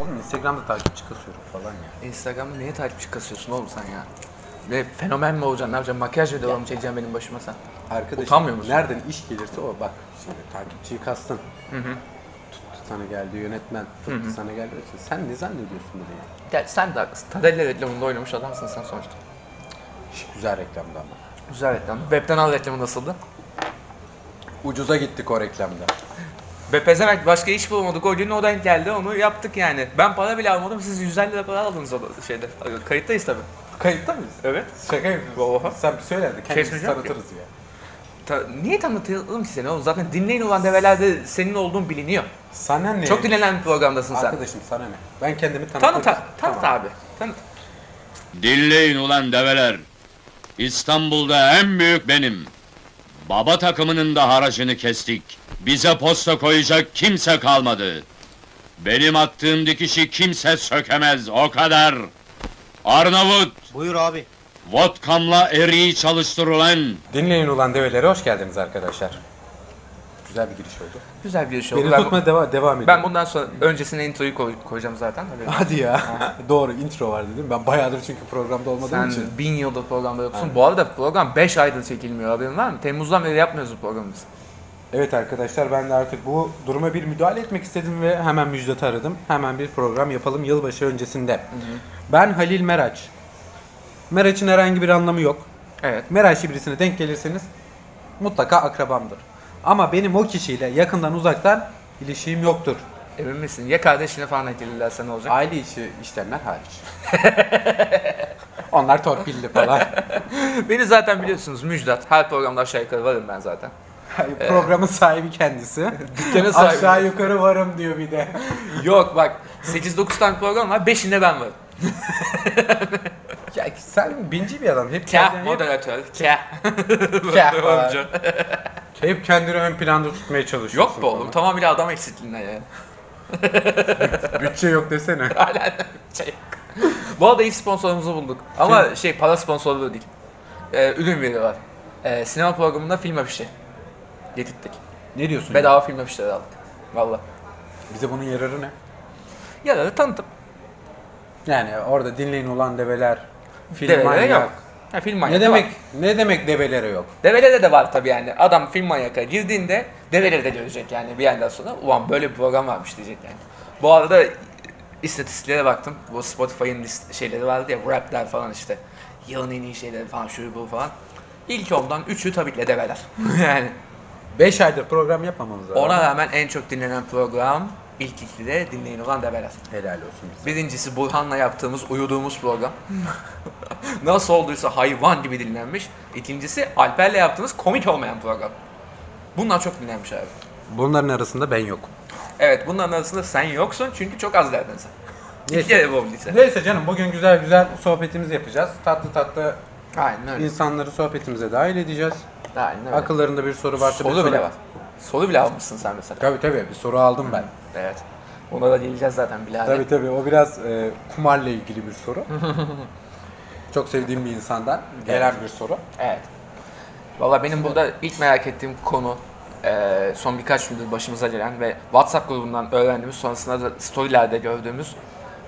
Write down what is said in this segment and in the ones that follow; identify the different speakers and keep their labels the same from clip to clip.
Speaker 1: Oğlum Instagram'da takipçi kasıyorum falan ya.
Speaker 2: Instagram'da niye takipçi kasıyorsun oğlum sen ya? Ne fenomen mi olacaksın? Ne yapacaksın? Makyaj videoları mı çekeceksin benim başıma sen?
Speaker 1: Arkadaşım
Speaker 2: Utanmıyor musun?
Speaker 1: nereden iş gelirse o bak şimdi takipçiyi kastın. Tuttu sana geldi yönetmen, tuttu sana geldi. Sen ne zannediyorsun bunu ya?
Speaker 2: Gel sen de haklısın. Tadelle reklamında oynamış adamsın sen sonuçta.
Speaker 1: Şş, güzel reklamdı ama.
Speaker 2: Güzel reklam. Web'den al reklamı nasıldı?
Speaker 1: Ucuza gittik o reklamda.
Speaker 2: Ve pezevenk başka iş bulamadık. O gün o denk geldi onu yaptık yani. Ben para bile almadım. Siz 150 lira para aldınız o şeyde. Kayıttayız tabii.
Speaker 1: Kayıtta mıyız?
Speaker 2: Evet.
Speaker 1: Şaka yapıyorsun.
Speaker 2: Oha.
Speaker 1: Sen bir söyle de kendimizi
Speaker 2: Kesmeyeceğim ki.
Speaker 1: tanıtırız ya.
Speaker 2: Ta- niye tanıtalım ki seni oğlum? Zaten dinleyin olan develerde senin olduğun biliniyor.
Speaker 1: Sana ne?
Speaker 2: Çok dinlenen bir programdasın sen.
Speaker 1: Arkadaşım sana ne? Ben kendimi tanıtırım.
Speaker 2: Tanıt, tanıt abi. Tanıt.
Speaker 3: Dinleyin ulan develer. İstanbul'da en büyük benim. Baba takımının da haracını kestik. Bize posta koyacak kimse kalmadı. Benim attığım dikişi kimse sökemez o kadar. Arnavut,
Speaker 4: Buyur abi.
Speaker 3: vodkamla eriği çalıştır ulan.
Speaker 1: Dinleyin ulan develere hoş geldiniz arkadaşlar. Güzel bir giriş oldu.
Speaker 2: Güzel bir şey oldu.
Speaker 1: Beni
Speaker 2: Ben,
Speaker 1: tutma deva- devam edin.
Speaker 2: ben bundan sonra öncesine introyu koy- koyacağım zaten. Öyle.
Speaker 1: Hadi ya. Doğru intro var dedim. Ben bayağıdır çünkü programda olmadığım
Speaker 2: Sen
Speaker 1: için.
Speaker 2: bin yılda programda yoksun. Bu arada program 5 aydır çekilmiyor haberin var mı? Temmuz'dan beri yapmıyoruz bu programımızı.
Speaker 1: Evet arkadaşlar ben de artık bu duruma bir müdahale etmek istedim ve hemen Müjdat'ı aradım. Hemen bir program yapalım yılbaşı öncesinde. Ben Halil Meraç. Meraç'ın herhangi bir anlamı yok.
Speaker 2: Evet.
Speaker 1: Meraç birisine denk gelirseniz mutlaka akrabamdır. Ama benim o kişiyle yakından uzaktan ilişiğim yoktur.
Speaker 2: Emin misin? Ya kardeşine falan eklenirlerse ne olacak?
Speaker 1: Aile içi işlemler hariç. Onlar torpilli falan.
Speaker 2: Beni zaten biliyorsunuz Müjdat. Her programda aşağı yukarı varım ben zaten.
Speaker 1: Hayır, Programın sahibi kendisi.
Speaker 2: Dükkanın sahibi.
Speaker 1: Aşağı yukarı varım diyor bir de.
Speaker 2: Yok bak 8-9 tane program var 5'inde ben varım.
Speaker 1: Ya sen binci bir adam. Hep
Speaker 2: Kah
Speaker 1: kendini, hep,
Speaker 2: moderatör. Kah.
Speaker 1: Kah.
Speaker 2: Yorumcu.
Speaker 1: hep kendini ön planda tutmaya çalışıyorsun.
Speaker 2: Yok be oğlum tamamıyla adam eksikliğinden ya.
Speaker 1: falan. Bütçe yok desene.
Speaker 2: Şey. Bu arada ilk sponsorumuzu bulduk. Ama şey para sponsorluğu değil. Ee, ürün veriyorlar. Ee, sinema programında film afişi. Getirttik.
Speaker 1: ne diyorsun? ya?
Speaker 2: Bedava film afişleri aldık. Valla.
Speaker 1: Bize bunun yararı ne?
Speaker 2: Yararı tanıtım.
Speaker 1: Yani orada dinleyin olan develer. Film
Speaker 2: Develere
Speaker 1: manyak.
Speaker 2: yok. Ha, film
Speaker 1: Ne
Speaker 2: manyağı
Speaker 1: demek?
Speaker 2: Var.
Speaker 1: Ne demek develere yok?
Speaker 2: Develere de var tabii yani. Adam film manyaka girdiğinde develeri de görecek yani bir yandan sonra. Ulan böyle bir program varmış diyecek yani. Bu arada istatistiklere baktım. Bu Spotify'ın list şeyleri vardı ya rapler falan işte. Yılın en iyi şeyleri falan şu bu falan. İlk ondan üçü tabii ki de develer. yani
Speaker 1: 5 aydır program yapmamamız lazım.
Speaker 2: ona rağmen en çok dinlenen program ilk ikide dinleyin olan develer.
Speaker 1: Helal olsun bize.
Speaker 2: Birincisi Burhan'la yaptığımız uyuduğumuz program. Nasıl olduysa hayvan gibi dinlenmiş. İkincisi Alper'le yaptığımız komik olmayan program. Bunlar çok dinlenmiş abi.
Speaker 1: Bunların arasında ben yokum.
Speaker 2: Evet bunların arasında sen yoksun çünkü çok az derdin sen. İki
Speaker 1: Neyse.
Speaker 2: kere bobdiyse.
Speaker 1: Neyse canım bugün güzel güzel sohbetimizi yapacağız. Tatlı tatlı
Speaker 2: Aynen öyle.
Speaker 1: insanları sohbetimize dahil edeceğiz.
Speaker 2: Aynen öyle.
Speaker 1: Akıllarında bir soru varsa bir
Speaker 2: Solu
Speaker 1: soru.
Speaker 2: bile var. Solu bile almışsın sen mesela.
Speaker 1: Tabii tabii bir soru aldım ben.
Speaker 2: Evet. Ona da geleceğiz zaten birader.
Speaker 1: Tabii tabii o biraz e, kumarla ilgili bir soru. Çok sevdiğim bir insandan gelen bir soru.
Speaker 2: Evet. Valla benim burada ilk merak ettiğim konu eee, son birkaç gündür başımıza gelen ve WhatsApp grubundan öğrendiğimiz sonrasında da storylerde gördüğümüz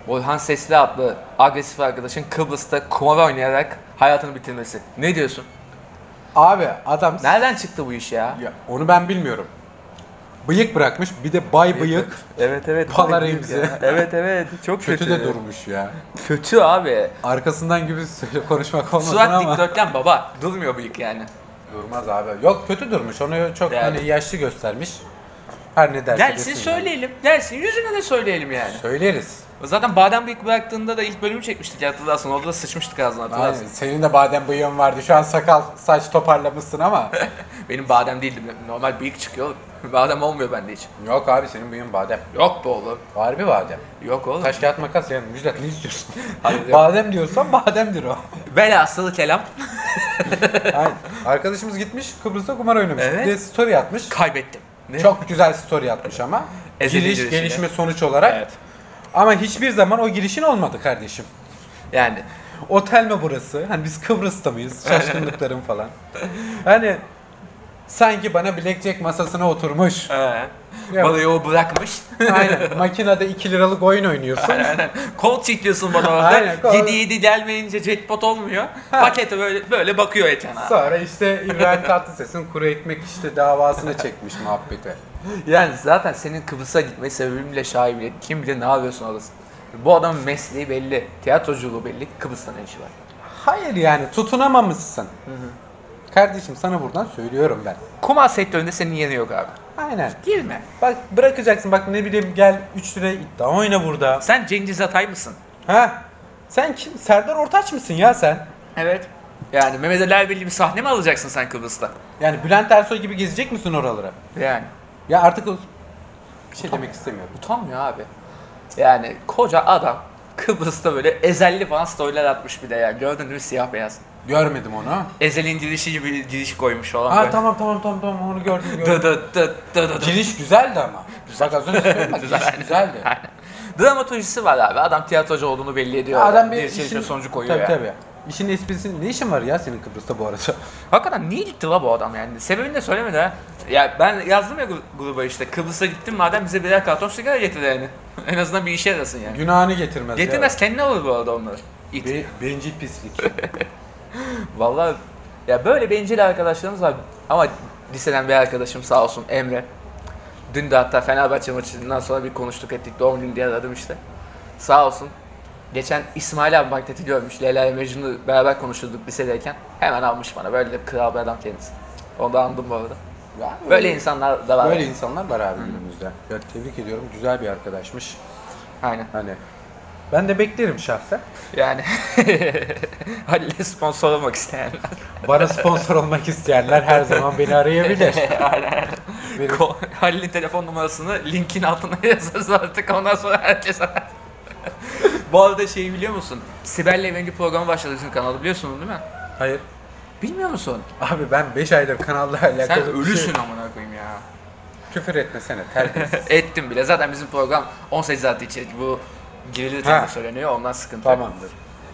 Speaker 2: Burhan Sesli adlı agresif arkadaşın Kıbrıs'ta kumar oynayarak hayatını bitirmesi. Ne diyorsun?
Speaker 1: Abi adam
Speaker 2: Nereden çıktı bu iş ya?
Speaker 1: Ya, onu ben bilmiyorum. Bıyık bırakmış bir de bay bıyık
Speaker 2: Evet evet.
Speaker 1: Palar
Speaker 2: Ay,
Speaker 1: Remzi.
Speaker 2: ya. Evet evet. Çok kötü.
Speaker 1: kötü de durmuş ya.
Speaker 2: Kötü abi.
Speaker 1: Arkasından gibi söyle- konuşmak olmasın
Speaker 2: Surat
Speaker 1: ama.
Speaker 2: dikdörtgen baba. Durmuyor bıyık yani.
Speaker 1: Durmaz abi. Yok kötü durmuş onu çok
Speaker 2: Yani.
Speaker 1: hani yaşlı göstermiş. Her ne derse desin
Speaker 2: Gelsin
Speaker 1: yani.
Speaker 2: söyleyelim. Gelsin yüzüne de söyleyelim yani.
Speaker 1: Söyleriz.
Speaker 2: Zaten badem bıyık bıraktığında da ilk bölümü çekmiştik ya hatırlarsın. Orada da sıçmıştık ağzına
Speaker 1: Aynen.
Speaker 2: hatırlarsın.
Speaker 1: Senin de badem bıyığın vardı. Şu an sakal saç toparlamışsın ama.
Speaker 2: Benim badem değildi. Normal bıyık çıkıyor. badem olmuyor bende hiç.
Speaker 1: Yok abi senin bıyığın badem.
Speaker 2: Yok be oğlum.
Speaker 1: Harbi badem.
Speaker 2: Yok oğlum.
Speaker 1: Taş kağıt makas yani Müjdat ne istiyorsun?
Speaker 2: Hayır, yok.
Speaker 1: badem diyorsan bademdir o.
Speaker 2: Velhasıl kelam
Speaker 1: Aynen. Arkadaşımız gitmiş Kıbrıs'ta kumar oynamış.
Speaker 2: Evet.
Speaker 1: Bir de story atmış.
Speaker 2: kaybettim. Ne?
Speaker 1: Çok güzel story atmış ama.
Speaker 2: Ezeli
Speaker 1: Giriş,
Speaker 2: girişiyle.
Speaker 1: gelişme sonuç olarak.
Speaker 2: Evet.
Speaker 1: Ama hiçbir zaman o girişin olmadı kardeşim.
Speaker 2: Yani
Speaker 1: Otel mi burası? Hani biz Kıbrıs'ta mıyız? Şaşkınlıklarım falan. Hani Sanki bana blackjack masasına oturmuş.
Speaker 2: Ee,
Speaker 1: Ya.
Speaker 2: balayı o bırakmış.
Speaker 1: Aynen. Makinede 2 liralık oyun oynuyorsun.
Speaker 2: Kol çitliyorsun bana orada.
Speaker 1: Aynen, kol.
Speaker 2: 7 7 gelmeyince jackpot olmuyor. Pakete böyle böyle bakıyor ekrana.
Speaker 1: Sonra işte İbrahim Tatlıses'in kuru ekmek işte davasını çekmiş muhabbeti.
Speaker 2: Yani zaten senin Kıbrıs'a gitme sebebin bile şahi bile. Kim bilir ne yapıyorsun orada. Bu adamın mesleği belli. Tiyatroculuğu belli. Kıbrıs'ta ne işi var?
Speaker 1: Hayır yani tutunamamışsın. Kardeşim sana buradan söylüyorum ben.
Speaker 2: Kumar sektöründe senin yeri yok abi.
Speaker 1: Aynen.
Speaker 2: Girme.
Speaker 1: Bak bırakacaksın bak ne bileyim gel 3 lira iddia oyna burada.
Speaker 2: Sen Cengiz Atay mısın?
Speaker 1: Ha? Sen kim? Serdar Ortaç mısın ya sen?
Speaker 2: Evet. Yani Mehmet Ali Erbil gibi sahne mi alacaksın sen Kıbrıs'ta?
Speaker 1: Yani Bülent Ersoy gibi gezecek misin oralara?
Speaker 2: Yani.
Speaker 1: Ya artık o- bir şey demek istemiyorum.
Speaker 2: Utanmıyor abi. Yani koca adam Kıbrıs'ta böyle ezelli falan storyler atmış bir de ya. Gördün mü siyah beyaz.
Speaker 1: Görmedim onu.
Speaker 2: Ezel'in girişi gibi giriş koymuş falan
Speaker 1: Ha
Speaker 2: böyle.
Speaker 1: tamam tamam tamam tamam onu gördüm gördüm.
Speaker 2: Dı dı dı dı dı dı.
Speaker 1: Giriş güzeldi ama. Bak az önce söyledim bak giriş güzeldi.
Speaker 2: Dramatolojisi var abi. Adam tiyatrocu olduğunu belli ediyor.
Speaker 1: Adam
Speaker 2: bir
Speaker 1: bir
Speaker 2: şey
Speaker 1: işin
Speaker 2: sonucu koyuyor
Speaker 1: tabii,
Speaker 2: yani.
Speaker 1: Tabii İşin esprisi ne işin var ya senin Kıbrıs'ta bu arada?
Speaker 2: Hakikaten niye gitti la bu adam yani? Sebebini de söylemedi ha. Ya ben yazdım ya gru- gruba işte Kıbrıs'a gittim madem bize birer karton sigara getir yani. en azından bir işe yarasın yani.
Speaker 1: Günahını getirmez. ya.
Speaker 2: Getirmez kendine olur bu arada onları. İt.
Speaker 1: Be- bencil pislik.
Speaker 2: Vallahi ya böyle bencil arkadaşlarımız var. Ama liseden bir arkadaşım sağ olsun Emre. Dün de hatta Fenerbahçe maçından sonra bir konuştuk ettik. Doğum günü diye aradım işte. Sağ olsun. Geçen İsmail abi Bagdet'i görmüş. Leyla ile Mecnun'u beraber konuşurduk lisedeyken. Hemen almış bana. Böyle de kral bir adam kendisi. Onu da andım bu arada.
Speaker 1: Ya,
Speaker 2: Böyle insanlar da var.
Speaker 1: Böyle insanlar var abi günümüzde. Ya tebrik ediyorum. Güzel bir arkadaşmış.
Speaker 2: Aynen.
Speaker 1: Hani ben de beklerim şahsen.
Speaker 2: Yani Halil'e sponsor olmak isteyenler.
Speaker 1: Bana sponsor olmak isteyenler her zaman beni arayabilir. Benim-
Speaker 2: Ko- Halil'in telefon numarasını linkin altına yazarız artık ondan sonra herkes arar. Bu arada şeyi biliyor musun? Sibel'le Evengi programı başladı bizim kanalda biliyorsun değil mi?
Speaker 1: Hayır.
Speaker 2: Bilmiyor musun?
Speaker 1: Abi ben 5 aydır kanalla alakalı
Speaker 2: Sen
Speaker 1: bir şey-
Speaker 2: ölüsün amına koyayım ya.
Speaker 1: Küfür etmesene terbiyesiz.
Speaker 2: Ettim bile. Zaten bizim program 18 saat içerik. Bu girilir
Speaker 1: Ha.
Speaker 2: tabii söyleniyor. Ondan sıkıntı. yok.
Speaker 1: Tamamdır.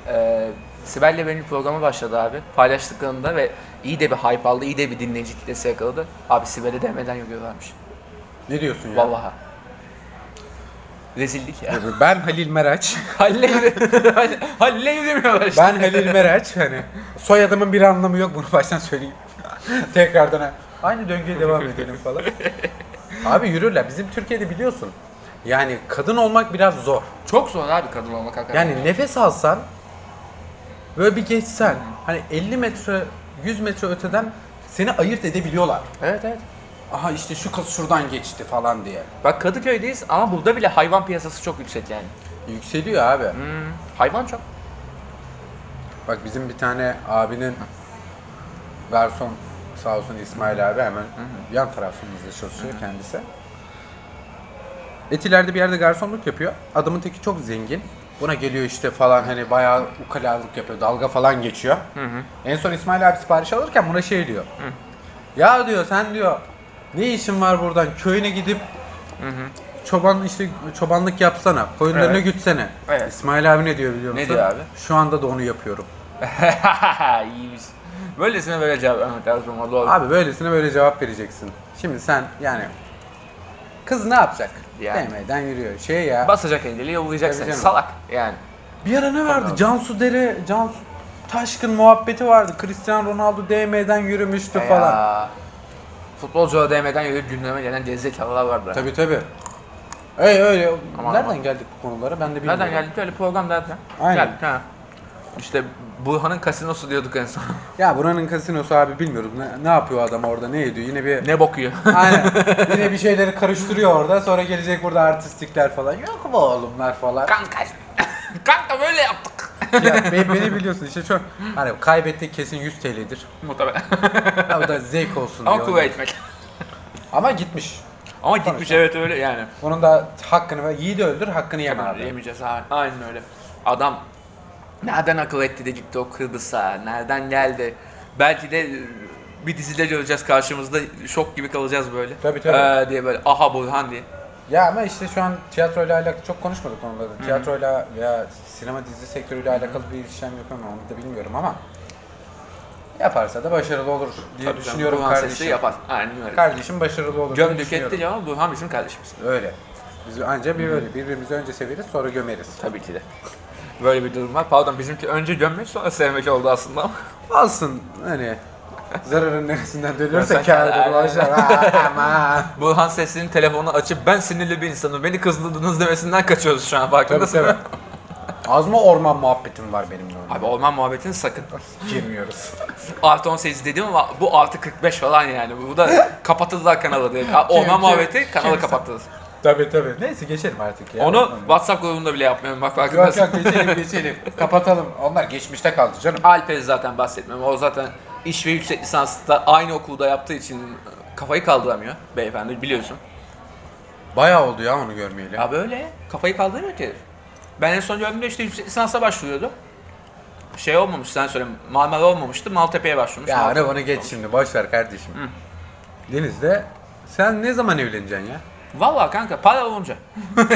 Speaker 2: Ee, Sibel'le benim programı başladı abi. Paylaştıklarında ve iyi de bir hype aldı, iyi de bir dinleyici kitlesi yakaladı. Abi Sibel'e demeden yürüyorlarmış.
Speaker 1: Ne diyorsun ya?
Speaker 2: Vallahi. Rezillik ya.
Speaker 1: Ben Halil Meraç.
Speaker 2: Halle yürü- Halle yürümüyorlar işte.
Speaker 1: Ben Halil Meraç. Hani soyadımın bir anlamı yok bunu baştan söyleyeyim. Tekrardan ha- aynı döngüye devam edelim falan. Abi yürürler. Bizim Türkiye'de biliyorsun. Yani kadın olmak biraz zor.
Speaker 2: Çok zor abi kadın olmak hakikaten.
Speaker 1: Yani nefes alsan böyle bir geçsen hani 50 metre 100 metre öteden seni ayırt edebiliyorlar.
Speaker 2: Evet evet.
Speaker 1: Aha işte şu kız şuradan geçti falan diye.
Speaker 2: Bak Kadıköy'deyiz ama burada bile hayvan piyasası çok yüksek yani.
Speaker 1: Yükseliyor abi.
Speaker 2: Hayvan çok.
Speaker 1: Bak bizim bir tane abinin garson sağ olsun İsmail abi hemen yan tarafımızda çalışıyor kendisi. Etiler'de bir yerde garsonluk yapıyor. Adamın teki çok zengin. Buna geliyor işte falan hani bayağı ukalalık yapıyor. Dalga falan geçiyor. En son İsmail abi sipariş alırken buna şey diyor. Ya diyor sen diyor ne işin var buradan köyüne gidip çoban işte çobanlık yapsana. Koyunlarını
Speaker 2: Evet.
Speaker 1: gütsene.
Speaker 2: Evet.
Speaker 1: İsmail abi ne diyor biliyor
Speaker 2: Ne
Speaker 1: musun?
Speaker 2: diyor abi?
Speaker 1: Şu anda da onu yapıyorum.
Speaker 2: İyiymiş. Böylesine böyle cevap vermek lazım. o Doğru.
Speaker 1: Abi böylesine böyle cevap vereceksin. Şimdi sen yani kız ne yapacak?
Speaker 2: Yani.
Speaker 1: Demeden yürüyor. Şey ya.
Speaker 2: Basacak eliyle yollayacak
Speaker 1: Tabii
Speaker 2: seni.
Speaker 1: canım.
Speaker 2: Salak yani.
Speaker 1: bir ara ne vardı? Cansu Dere, Cansu Taşkın muhabbeti vardı. Cristiano Ronaldo DM'den yürümüştü falan.
Speaker 2: Ya. Futbolculara değmeden yürüyüp gündeme gelen gerizekalılar vardı.
Speaker 1: Tabii tabii. Ey öyle.
Speaker 2: Aman,
Speaker 1: Nereden
Speaker 2: aman.
Speaker 1: geldik bu konulara? Ben de bilmiyorum.
Speaker 2: Nereden geldik öyle program zaten.
Speaker 1: Aynen.
Speaker 2: Geldik ha. İşte Burhan'ın kasinosu diyorduk en son.
Speaker 1: Ya buranın kasinosu abi bilmiyorum. Ne, ne yapıyor adam orada? Ne ediyor? Yine bir
Speaker 2: ne bokuyor.
Speaker 1: Aynen. Yine bir şeyleri karıştırıyor orada. Sonra gelecek burada artistikler falan. Yok mu oğlumlar falan.
Speaker 2: Kanka. Kanka böyle yaptık.
Speaker 1: ya be- beni biliyorsun işte çok hani kaybettik kesin 100 TL'dir.
Speaker 2: Muhtemelen.
Speaker 1: Ha, o da zevk olsun diye.
Speaker 2: Ama kuvvet
Speaker 1: oynuyor.
Speaker 2: etmek.
Speaker 1: Ama gitmiş.
Speaker 2: Ama gitmiş evet öyle yani.
Speaker 1: Onun da hakkını ver. Yiğidi öldür hakkını yeme abi.
Speaker 2: Yemeyeceğiz abi. Aynen öyle. Adam nereden akıl etti de gitti o Kıbrıs'a? Nereden geldi? Belki de bir dizide göreceğiz karşımızda şok gibi kalacağız böyle.
Speaker 1: Tabii, tabii.
Speaker 2: Ee, diye böyle aha Burhan diye.
Speaker 1: Ya ama işte şu an tiyatroyla alakalı çok konuşmadık onları. Tiyatroyla veya sinema dizi sektörüyle alakalı bir işlem yapamam onu da bilmiyorum ama. Yaparsa da başarılı olur diye
Speaker 2: Tabii
Speaker 1: düşünüyorum
Speaker 2: canım, Burhan Sesli
Speaker 1: kardeşim.
Speaker 2: yapar. Aynen öyle.
Speaker 1: Kardeşim başarılı olur diye
Speaker 2: Gömdük
Speaker 1: düşünüyorum.
Speaker 2: ettik ama Burhan bizim kardeşimiz.
Speaker 1: Öyle. Biz anca bir öyle. Birbirimizi önce severiz sonra gömeriz.
Speaker 2: Tabii ki de. Böyle bir durum var. Pardon bizimki önce gömmek sonra sevmek oldu aslında ama.
Speaker 1: Alsın hani zararın neresinden dönüyorsa
Speaker 2: Sen-
Speaker 1: kârdır ulaşır. Aa, Aman.
Speaker 2: Burhan Sesli'nin telefonunu açıp ben sinirli bir insanım beni kızdırdınız demesinden kaçıyoruz şu an
Speaker 1: Tabii
Speaker 2: farkındasın.
Speaker 1: tabii. Az mı orman muhabbetim var benimle
Speaker 2: Abi orman muhabbetini sakın.
Speaker 1: Girmiyoruz.
Speaker 2: Artı 18 dedim ama bu artı 45 falan yani. Bu da kapatıldılar kanalı diye. Ha,
Speaker 1: Kim-
Speaker 2: Orman
Speaker 1: kim-
Speaker 2: muhabbeti kanalı
Speaker 1: kimse.
Speaker 2: kapattılar.
Speaker 1: tabii tabii. Neyse geçelim artık ya.
Speaker 2: Onu WhatsApp grubunda bile yapmıyorum
Speaker 1: Yok
Speaker 2: bak farkındasın.
Speaker 1: yok geçelim geçelim. Kapatalım. Onlar geçmişte kaldı canım.
Speaker 2: Alper'i zaten bahsetmem. O zaten iş ve yüksek lisans da aynı okulda yaptığı için kafayı kaldıramıyor beyefendi biliyorsun.
Speaker 1: Bayağı oldu ya onu görmeyeli.
Speaker 2: Ya böyle kafayı kaldıramıyor ki. Ben en son gördüğümde işte yüksek lisansa başvuruyordu. Şey olmamış sen söyle Marmara olmamıştı Maltepe'ye başvurmuş.
Speaker 1: Ya
Speaker 2: Maltepe-
Speaker 1: arabanı geç şimdi boş ver kardeşim. Deniz de sen ne zaman evleneceksin ya?
Speaker 2: Vallahi kanka para olunca.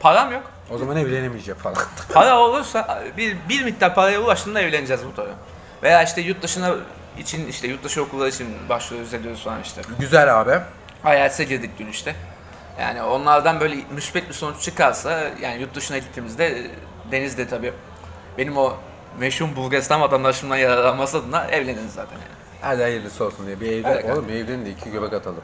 Speaker 2: Param yok.
Speaker 1: O zaman evlenemeyecek falan.
Speaker 2: Para olursa bir, bir miktar paraya ulaştığında evleneceğiz bu tabii. Veya işte yurt dışına için işte yurt dışı okullar için başvuruyoruz ediyoruz falan işte.
Speaker 1: Güzel abi.
Speaker 2: IELTS'e girdik dün işte. Yani onlardan böyle müspet bir sonuç çıkarsa yani yurt dışına gittiğimizde Deniz'de tabii benim o meşhur Bulgaristan vatandaşlığından yararlanması adına evleniriz zaten. Yani.
Speaker 1: Hadi hayırlısı olsun diye bir evde
Speaker 2: Evet,
Speaker 1: oğlum bir evlenin de iki göbek atalım.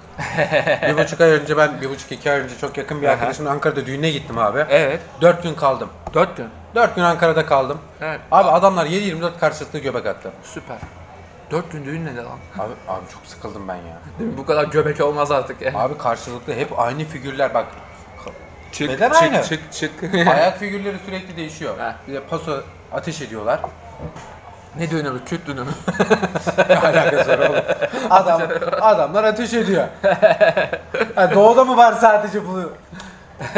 Speaker 1: bir buçuk ay önce ben bir buçuk iki ay önce çok yakın bir arkadaşımın Ankara'da düğüne gittim abi.
Speaker 2: Evet.
Speaker 1: Dört gün kaldım.
Speaker 2: Dört gün.
Speaker 1: Dört gün Ankara'da kaldım.
Speaker 2: Evet.
Speaker 1: Abi adamlar 7-24 karşılıklı göbek attı.
Speaker 2: Süper. Dört gün düğün ne lan?
Speaker 1: Abi, abi çok sıkıldım ben ya.
Speaker 2: Değil mi? Bu kadar göbek olmaz artık. Yani.
Speaker 1: Abi karşılıklı hep aynı figürler bak.
Speaker 2: Çık,
Speaker 1: Neden
Speaker 2: çık,
Speaker 1: aynı?
Speaker 2: Çık çık.
Speaker 1: Ayak figürleri sürekli değişiyor.
Speaker 2: Ha.
Speaker 1: Bir de paso ateş ediyorlar.
Speaker 2: ne düğünü bu? Kürt düğünü mü?
Speaker 1: Ne alakası var oğlum? Adam, adamlar ateş ediyor. Ha, doğuda mı var sadece bu?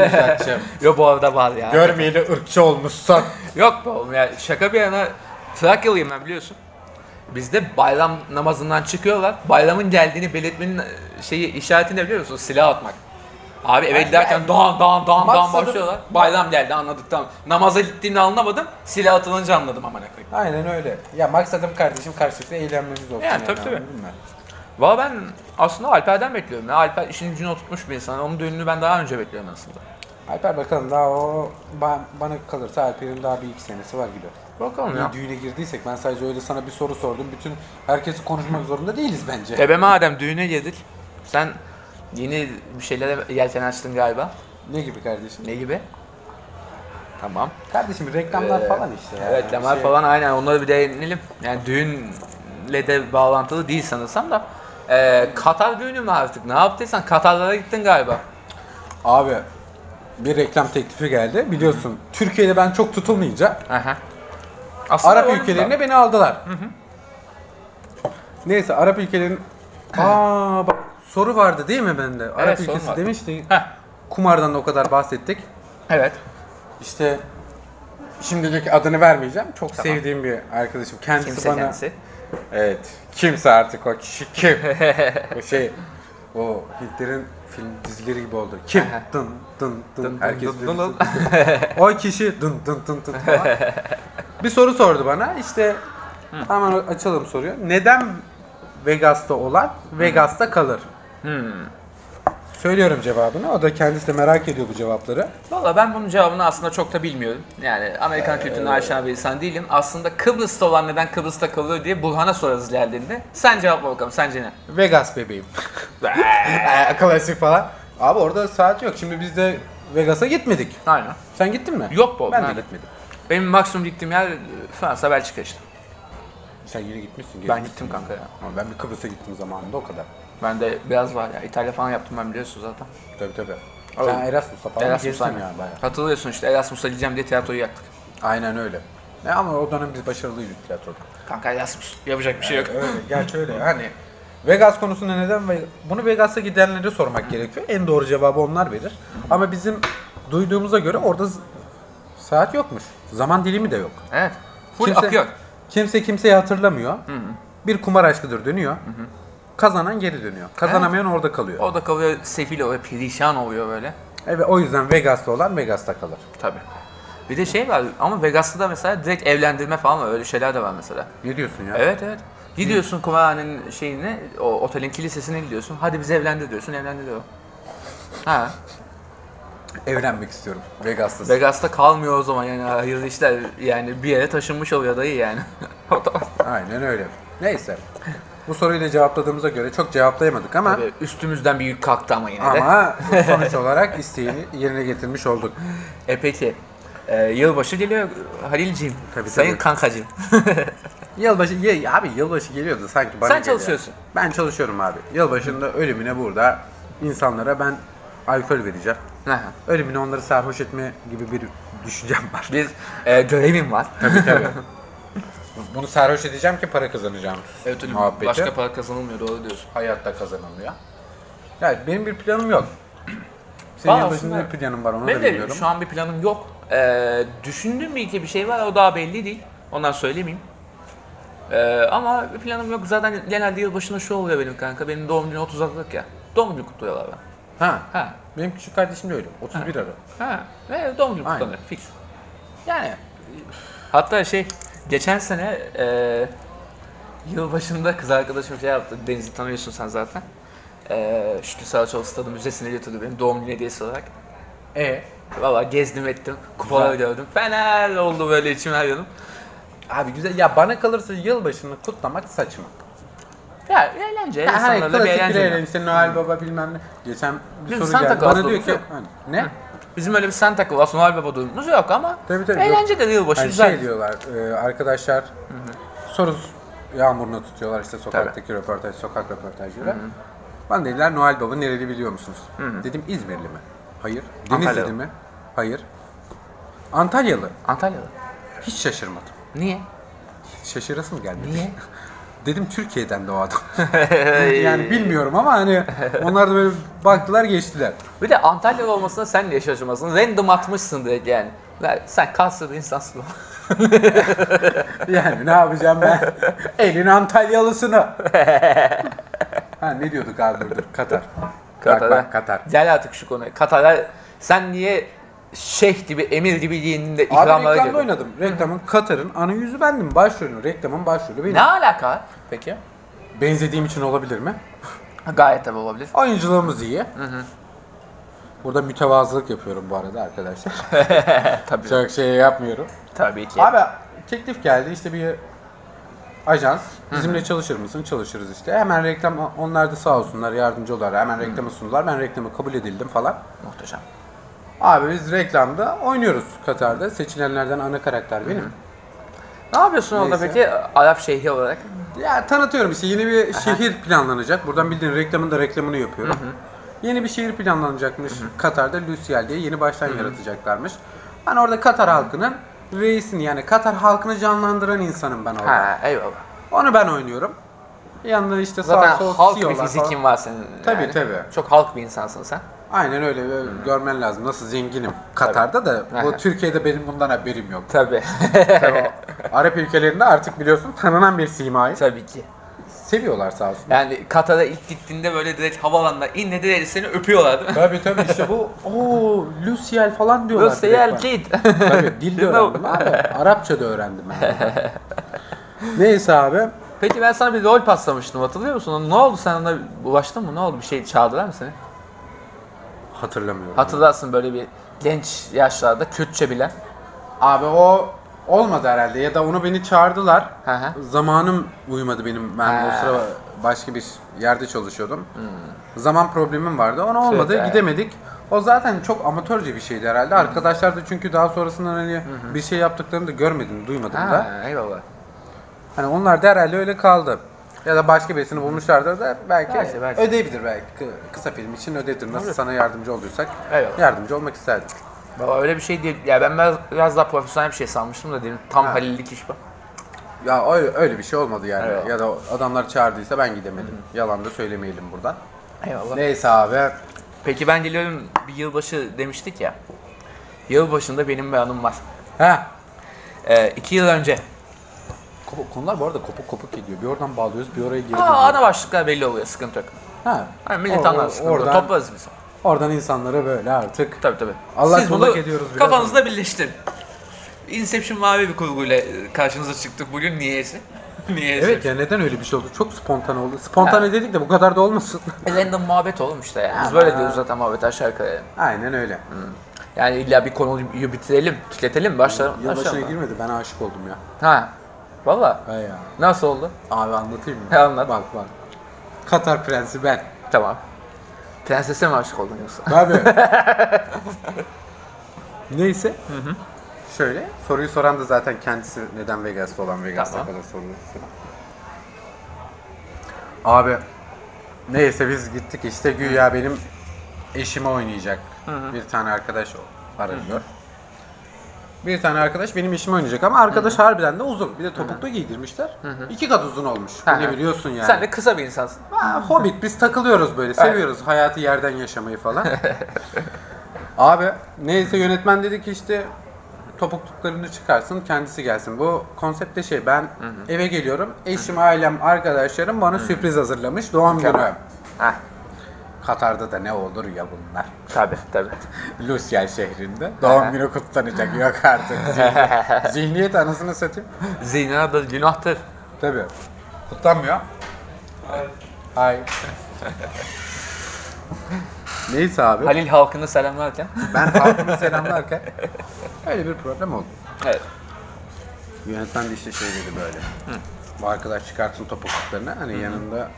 Speaker 1: Uzakçım.
Speaker 2: Yok bu arada var ya.
Speaker 1: Görmeyeli ırkçı olmuşsan.
Speaker 2: Yok be oğlum ya şaka bir yana Trakyalıyım ben biliyorsun. Bizde bayram namazından çıkıyorlar. Bayramın geldiğini belirtmenin e, şeyi işareti ne biliyor musun? Silah atmak. Abi eve giderken dağın dağın dağın dağın
Speaker 1: Maksadı-
Speaker 2: başlıyorlar. Bayram geldi anladık tamam. Namaza gittiğimde anlamadım. Silah atılınca anladım amına koyayım.
Speaker 1: Aynen öyle. Ya maksadım kardeşim karşılıklı eğlenmemiz olsun.
Speaker 2: Yani tabii tabii.
Speaker 1: anladın mı?
Speaker 2: Valla ben aslında Alper'den bekliyorum. Ya. Alper işin gücünü oturtmuş bir insan. Onun düğününü ben daha önce bekliyorum aslında.
Speaker 1: Alper bakalım daha o ba- bana kalırsa Alper'in daha bir iki senesi var gibi.
Speaker 2: Bakalım
Speaker 1: Bir
Speaker 2: ya.
Speaker 1: düğüne girdiysek ben sadece öyle sana bir soru sordum. Bütün herkesi konuşmak zorunda değiliz bence.
Speaker 2: Ebe madem düğüne girdik. Sen yeni bir şeylere yelken açtın galiba.
Speaker 1: Ne gibi kardeşim?
Speaker 2: Ne gibi? Tamam.
Speaker 1: Kardeşim reklamlar falan işte. ya.
Speaker 2: Evet Lemar
Speaker 1: Şey-
Speaker 2: falan aynen onları bir değinelim. Yani düğünle de bağlantılı değil sanırsam da. Ee, Katar düğünü mü artık? Ne yaptıysan Katarlara gittin galiba.
Speaker 1: Abi bir reklam teklifi geldi. Biliyorsun Türkiye'de ben çok tutulmayınca
Speaker 2: Aha. Aslında
Speaker 1: Arap
Speaker 2: oyun da-
Speaker 1: ülkelerine beni aldılar. Neyse Arap ülkelerin Aa bak soru vardı değil mi bende? Arap
Speaker 2: Evet, sorun
Speaker 1: ülkesi
Speaker 2: vardı.
Speaker 1: demişti.
Speaker 2: Heh,
Speaker 1: Kumardan da o kadar bahsettik.
Speaker 2: evet.
Speaker 1: İşte şimdilik adını vermeyeceğim. Çok
Speaker 2: Tamam.
Speaker 1: sevdiğim bir arkadaşım. Kendisi
Speaker 2: Kimse
Speaker 1: bana
Speaker 2: kendisi.
Speaker 1: Evet. Kimse artık o kişi kim? o şey o Hintlerin film dizileri gibi oldu. Kim?
Speaker 2: Aha.
Speaker 1: dın dın dın.
Speaker 2: Dın,
Speaker 1: Herkes
Speaker 2: dın, dın,
Speaker 1: birisi. o kişi dın dın dın dın falan. Bir soru sordu bana. İşte hemen açalım soruyu. Neden Vegas'ta olan Vegas'ta kalır? Söylüyorum cevabını. O da kendisi de merak ediyor bu cevapları.
Speaker 2: Valla ben bunun cevabını aslında çok da bilmiyorum. Yani
Speaker 1: Ee,
Speaker 2: Amerikan kültürüne aşina bir insan değilim. Aslında Kıbrıs'ta olan neden Kıbrıs'ta kalıyor diye Burhan'a sorarız geldiğinde. Sen cevapla bakalım sence ne?
Speaker 1: Vegas bebeğim. Ee, Klasik falan. Abi orada saat yok. Şimdi biz de Vegas'a gitmedik.
Speaker 2: Aynen.
Speaker 1: Sen gittin mi?
Speaker 2: Yok bu.
Speaker 1: Ben de
Speaker 2: Nerede?
Speaker 1: gitmedim.
Speaker 2: Benim maksimum gittiğim yer e, Fransa, Belçika işte.
Speaker 1: Sen yine gitmişsin.
Speaker 2: Ben gittim kanka ya.
Speaker 1: Ama ben bir Kıbrıs'a gittim zamanında o kadar.
Speaker 2: Ben de biraz var ya. İtalya falan yaptım ben biliyorsun zaten.
Speaker 1: Tabii tabii.
Speaker 2: Oğlum,
Speaker 1: Sen Erasmus'a falan
Speaker 2: Erasmus
Speaker 1: Erasmus'a
Speaker 2: aynen.
Speaker 1: yani bayağı.
Speaker 2: Hatırlıyorsun işte Erasmus'a gideceğim diye tiyatroyu yaktık.
Speaker 1: Aynen öyle. E ama o dönem biz başarılıydık tiyatroda.
Speaker 2: Kanka Erasmus yapacak bir şey yok.
Speaker 1: öyle, gerçi öyle Ee, hani. Vegas konusunda neden? Ve- Bunu Vegas'a gidenlere sormak gerekiyor. En doğru cevabı onlar verir. Ama bizim duyduğumuza göre orada z- saat yokmuş. Zaman dilimi de yok.
Speaker 2: Evet. Full akıyor.
Speaker 1: Kimse kimseyi hatırlamıyor. Bir kumar aşkıdır dönüyor. Kazanan geri dönüyor. Kazanamayan orada kalıyor.
Speaker 2: Orada kalıyor sefil oluyor, perişan oluyor böyle.
Speaker 1: Evet o yüzden Vegas'ta olan Vegas'ta kalır.
Speaker 2: Tabii. Bir de şey var ama Vegas'ta da mesela direkt evlendirme falan var. Öyle şeyler de var mesela.
Speaker 1: Ne diyorsun ya?
Speaker 2: Evet evet. Gidiyorsun kumarhanenin şeyine, o otelin kilisesine gidiyorsun. Hadi biz evlendi diyorsun, evlendi diyor. Ha,
Speaker 1: Evlenmek istiyorum. Vegas'ta.
Speaker 2: Vegas'ta kalmıyor o zaman yani hayırlı işler. Yani bir yere taşınmış oluyor dayı yani.
Speaker 1: Aynen öyle. Neyse. Bu soruyu da cevapladığımıza göre çok cevaplayamadık ama
Speaker 2: Tabii Üstümüzden bir yük kalktı ama yine de.
Speaker 1: ama sonuç olarak isteğini yerine getirmiş olduk.
Speaker 2: E peki, e, yılbaşı geliyor Halil'ciğim,
Speaker 1: Tabii,
Speaker 2: sayın
Speaker 1: tabii.
Speaker 2: kankacığım.
Speaker 1: Yılbaşı ye, abi yılbaşı geliyordu sanki bana
Speaker 2: Sen
Speaker 1: geliyor.
Speaker 2: çalışıyorsun.
Speaker 1: Ben çalışıyorum abi. Yılbaşında ölümüne burada insanlara ben alkol vereceğim.
Speaker 2: Aha.
Speaker 1: Ölümüne onları sarhoş etme gibi bir düşüncem var.
Speaker 2: bir e, görevim var.
Speaker 1: tabii tabii. Bunu sarhoş edeceğim ki para kazanacağım.
Speaker 2: Evet öyle
Speaker 1: Muhabbeti.
Speaker 2: başka para kazanılmıyor doğru diyorsun.
Speaker 1: hayatta kazanılmıyor. Yani benim bir planım yok.
Speaker 2: Vallahi
Speaker 1: Senin yılbaşında
Speaker 2: aslında
Speaker 1: bir planın var onu da
Speaker 2: Benim de
Speaker 1: bilmiyorum.
Speaker 2: şu an bir planım yok. E, düşündüğüm bir iki bir şey var o daha belli değil. Ondan söylemeyeyim. E, ama bir planım yok. Zaten genelde yılbaşında şu oluyor benim kanka. Benim doğum günü 30 Aralık ya. Doğum günü kutluyorlar ben.
Speaker 1: Ha.
Speaker 2: Ha.
Speaker 1: Benim küçük kardeşim de öyle. 31 Aralık.
Speaker 2: Ha. Ve doğum günü
Speaker 1: Aynen.
Speaker 2: kutlanıyor. Fix. Yani hatta şey geçen sene e, yılbaşında kız arkadaşım şey yaptı. Deniz'i tanıyorsun sen zaten. E, Şükrü Saraçoğlu Stadı Müzesi'ne götürdü benim doğum günü hediyesi olarak.
Speaker 1: E
Speaker 2: Valla gezdim ettim. Kupalar gördüm. Fener oldu böyle içim her yanım.
Speaker 1: abi güzel. Ya bana kalırsa yılbaşını kutlamak saçma.
Speaker 2: Ya eğlence.
Speaker 1: Ya hani
Speaker 2: insanlarla bir
Speaker 1: klasik bir
Speaker 2: eğlence.
Speaker 1: eğlence. Noel Baba bilmem ne. Geçen bir
Speaker 2: Bizim
Speaker 1: soru
Speaker 2: Santa
Speaker 1: geldi.
Speaker 2: Claus
Speaker 1: Bana diyor
Speaker 2: dolusu
Speaker 1: ki
Speaker 2: yok.
Speaker 1: hani, ne?
Speaker 2: Bizim öyle bir Santa Claus, Noel Baba durumumuz yok ama
Speaker 1: Tabii, tabii, yok.
Speaker 2: eğlence de yılbaşı
Speaker 1: Hani
Speaker 2: güzel.
Speaker 1: şey diyorlar e, arkadaşlar soru yağmuruna tutuyorlar işte sokaktaki röportaj, sokak röportajları. Bana dediler Noel Baba nereli biliyor musunuz? Dedim İzmirli mi? Hayır. Denizli
Speaker 2: Antalyalı.
Speaker 1: mi? Hayır. Antalyalı.
Speaker 2: Antalya'da.
Speaker 1: Hiç şaşırmadım.
Speaker 2: Niye?
Speaker 1: Şaşırasım gelmedi.
Speaker 2: Niye?
Speaker 1: Dedim Türkiye'den de o adam. yani bilmiyorum ama hani onlar da böyle baktılar geçtiler.
Speaker 2: Bir de Antalyalı olmasına sen niye şaşırmasın? Random atmışsın direkt yani. Lan sen kaslı bir insansın.
Speaker 1: Yani ne yapacağım ben? Elin Antalyalısını. ha ne diyorduk abi dur Katar. Bak bak Katar.
Speaker 2: Gel artık şu konuya. Katar'a sen niye şeyh gibi, emir gibi giyindin de
Speaker 1: Abi
Speaker 2: ikramlara
Speaker 1: reklamda
Speaker 2: girdin?
Speaker 1: oynadım. Reklamın Katar'ın ana yüzü bendim. Başrolünü, reklamın başrolü benim.
Speaker 2: Ne alaka peki?
Speaker 1: Benzediğim için olabilir mi?
Speaker 2: Gayet tabii olabilir.
Speaker 1: Oyunculuğumuz iyi. Burada mütevazılık yapıyorum bu arada arkadaşlar.
Speaker 2: Tabii.
Speaker 1: Çok şey yapmıyorum.
Speaker 2: Tabii ki.
Speaker 1: Abi teklif geldi işte bir ajans bizimle çalışır mısın? Çalışırız işte. Hemen reklam onlar da sağ olsunlar yardımcı oldular. Hemen reklamı sundular. Ben reklamı kabul edildim falan.
Speaker 2: Muhteşem.
Speaker 1: Abi biz reklamda oynuyoruz Katar'da. Seçilenlerden ana karakter benim.
Speaker 2: Ne yapıyorsun orada
Speaker 1: Neyse.
Speaker 2: peki Arap şeyhi olarak?
Speaker 1: Ya tanıtıyorum işte yeni bir şehir planlanacak. Buradan bildiğin reklamın da reklamını yapıyorum. Yeni bir şehir planlanacakmış Katar'da Lucial diye yeni baştan yaratacaklarmış. Ben orada Katar halkının reisini yani Katar halkını canlandıran insanım ben orada.
Speaker 2: Ha eyvallah.
Speaker 1: Onu ben oynuyorum. Yanında işte
Speaker 2: Zaten
Speaker 1: sağ sol
Speaker 2: halk bir
Speaker 1: CEO'lar falan.
Speaker 2: fizikin var senin.
Speaker 1: Tabii,
Speaker 2: yani.
Speaker 1: tabii.
Speaker 2: Çok halk bir insansın sen.
Speaker 1: Aynen öyle böyle görmen lazım. Nasıl zenginim. Katar'da da bu
Speaker 2: Aha.
Speaker 1: Türkiye'de benim bundan haberim yok.
Speaker 2: Tabii.
Speaker 1: Tabii o Arap ülkelerinde artık biliyorsun tanınan bir simayı.
Speaker 2: tabii ki.
Speaker 1: Seviyorlar sağ olsun.
Speaker 2: Yani Katar'a ilk gittiğinde böyle direkt havalanla in ne direkt seni öpüyorlar değil mi?
Speaker 1: Tabii tabii işte bu o Luciel falan diyorlar.
Speaker 2: Yoksa
Speaker 1: direkt
Speaker 2: yer
Speaker 1: bana.
Speaker 2: git.
Speaker 1: Tabii dil de öğrendim abi. Arapça da öğrendim ben. Neyse abi.
Speaker 2: Peki ben sana bir rol paslamıştım hatırlıyor musun? Ne oldu sen ona ulaştın mı? Ne oldu? Bir şey çağırdılar mı seni?
Speaker 1: Hatırlamıyorum.
Speaker 2: Hatırlarsın böyle bir genç yaşlarda Kürtçe bilen.
Speaker 1: Abi o olmadı herhalde ya da onu beni çağırdılar.
Speaker 2: Hı hı.
Speaker 1: Zamanım uymadı benim. Ben o
Speaker 2: Ha.
Speaker 1: sıra başka bir yerde çalışıyordum. Zaman problemim vardı. Ona olmadı.
Speaker 2: Süper.
Speaker 1: Gidemedik. O zaten çok amatörce bir şeydi herhalde. Arkadaşlar da çünkü daha sonrasında hani bir şey yaptıklarını da görmedim, duymadım da.
Speaker 2: Ha, eyvallah.
Speaker 1: Hani onlar da herhalde öyle kaldı. Ya da başka birisini bulmuşlardır da belki,
Speaker 2: Belki, belki.
Speaker 1: ödeyebilir belki. Kı- Kısa film için ödedir. Nasıl sana yardımcı olduysak
Speaker 2: Eyvallah.
Speaker 1: yardımcı olmak isterdim.
Speaker 2: Valla öyle bir şey değil. Ya ben biraz, biraz daha profesyonel bir şey sanmıştım da dedim tam
Speaker 1: Ha.
Speaker 2: halillik iş bu.
Speaker 1: Ya öyle, öyle bir şey olmadı yani.
Speaker 2: Eyvallah.
Speaker 1: Ya da adamlar çağırdıysa ben gidemedim. Yalan da söylemeyelim buradan.
Speaker 2: Eyvallah.
Speaker 1: Neyse abi.
Speaker 2: Peki ben geliyorum bir yılbaşı demiştik ya. Yılbaşında benim bir anım var.
Speaker 1: Heh.
Speaker 2: Ee, iki yıl önce.
Speaker 1: Kopu- konular bu arada kopuk kopuk gidiyor. Bir oradan bağlıyoruz, bir oraya giriyoruz.
Speaker 2: Aa, ana başlıklar belli oluyor sıkıntı yok.
Speaker 1: Ha.
Speaker 2: Hani millet
Speaker 1: O-
Speaker 2: anlar sıkıntı yok.
Speaker 1: Oradan,
Speaker 2: Toplarız biz.
Speaker 1: oradan insanları böyle artık
Speaker 2: Tabii tabii.
Speaker 1: Allah
Speaker 2: Siz
Speaker 1: kollak
Speaker 2: bunu
Speaker 1: ediyoruz biraz
Speaker 2: kafanızda birleştirin. Inception mavi bir kurguyla e, karşınıza çıktık bugün niyeyse. Niye?
Speaker 1: Evet ya neden öyle bir şey oldu? Çok spontane oldu. Spontane dedik de bu kadar da olmasın.
Speaker 2: Random muhabbet oğlum işte yani. Biz böyle diyoruz zaten muhabbet aşağı yukarı. yani.
Speaker 1: Aynen öyle.
Speaker 2: Yani illa bir konuyu bitirelim, tükletelim, başlayalım.
Speaker 1: Yılbaşına
Speaker 2: başlayalım.
Speaker 1: girmedi ben aşık oldum ya.
Speaker 2: Ha. Valla.
Speaker 1: He ya.
Speaker 2: Nasıl oldu?
Speaker 1: Abi anlatayım mı?
Speaker 2: He, anlat.
Speaker 1: Bak bak. Katar prensi ben.
Speaker 2: Tamam. Prensese mi aşık oldun yoksa?
Speaker 1: Abi. Neyse. Şöyle soruyu soran da zaten kendisi neden Vegas'ta olan Vegas'ta
Speaker 2: Tamam.
Speaker 1: kadar sorusu. Abi neyse biz gittik işte güya benim eşime oynayacak bir tane arkadaş aranıyor. Bir tane arkadaş benim eşime oynayacak ama arkadaş harbiden de uzun. Bir de topuklu giydirmişler. İki kat uzun olmuş.
Speaker 2: Hı
Speaker 1: Ne
Speaker 2: hı.
Speaker 1: biliyorsun yani.
Speaker 2: Sen de kısa bir insansın.
Speaker 1: Ha, Hobbit biz takılıyoruz böyle. Seviyoruz hayatı yerden yaşamayı falan. Abi neyse yönetmen dedi ki işte topukluklarını çıkarsın kendisi gelsin. Bu konsepte şey ben eve geliyorum. Eşim, ailem, arkadaşlarım bana sürpriz hazırlamış. Doğum günü.
Speaker 2: Heh.
Speaker 1: Katar'da da ne olur ya bunlar.
Speaker 2: Tabi tabi.
Speaker 1: Lusyal şehrinde. Doğum günü kutlanacak yok artık. Zihniyet, zihniyet anasını satayım.
Speaker 2: Zinadır, günahtır.
Speaker 1: Tabii. Kutlanmıyor. Ay. Neyse abi.
Speaker 2: Halil halkını selamlarken.
Speaker 1: Ben halkımı selamlarken öyle bir problem oldu.
Speaker 2: evet.
Speaker 1: Yönetmen de işte şey dedi böyle. Bu arkadaş çıkartsın topukluklarını. Hani yanında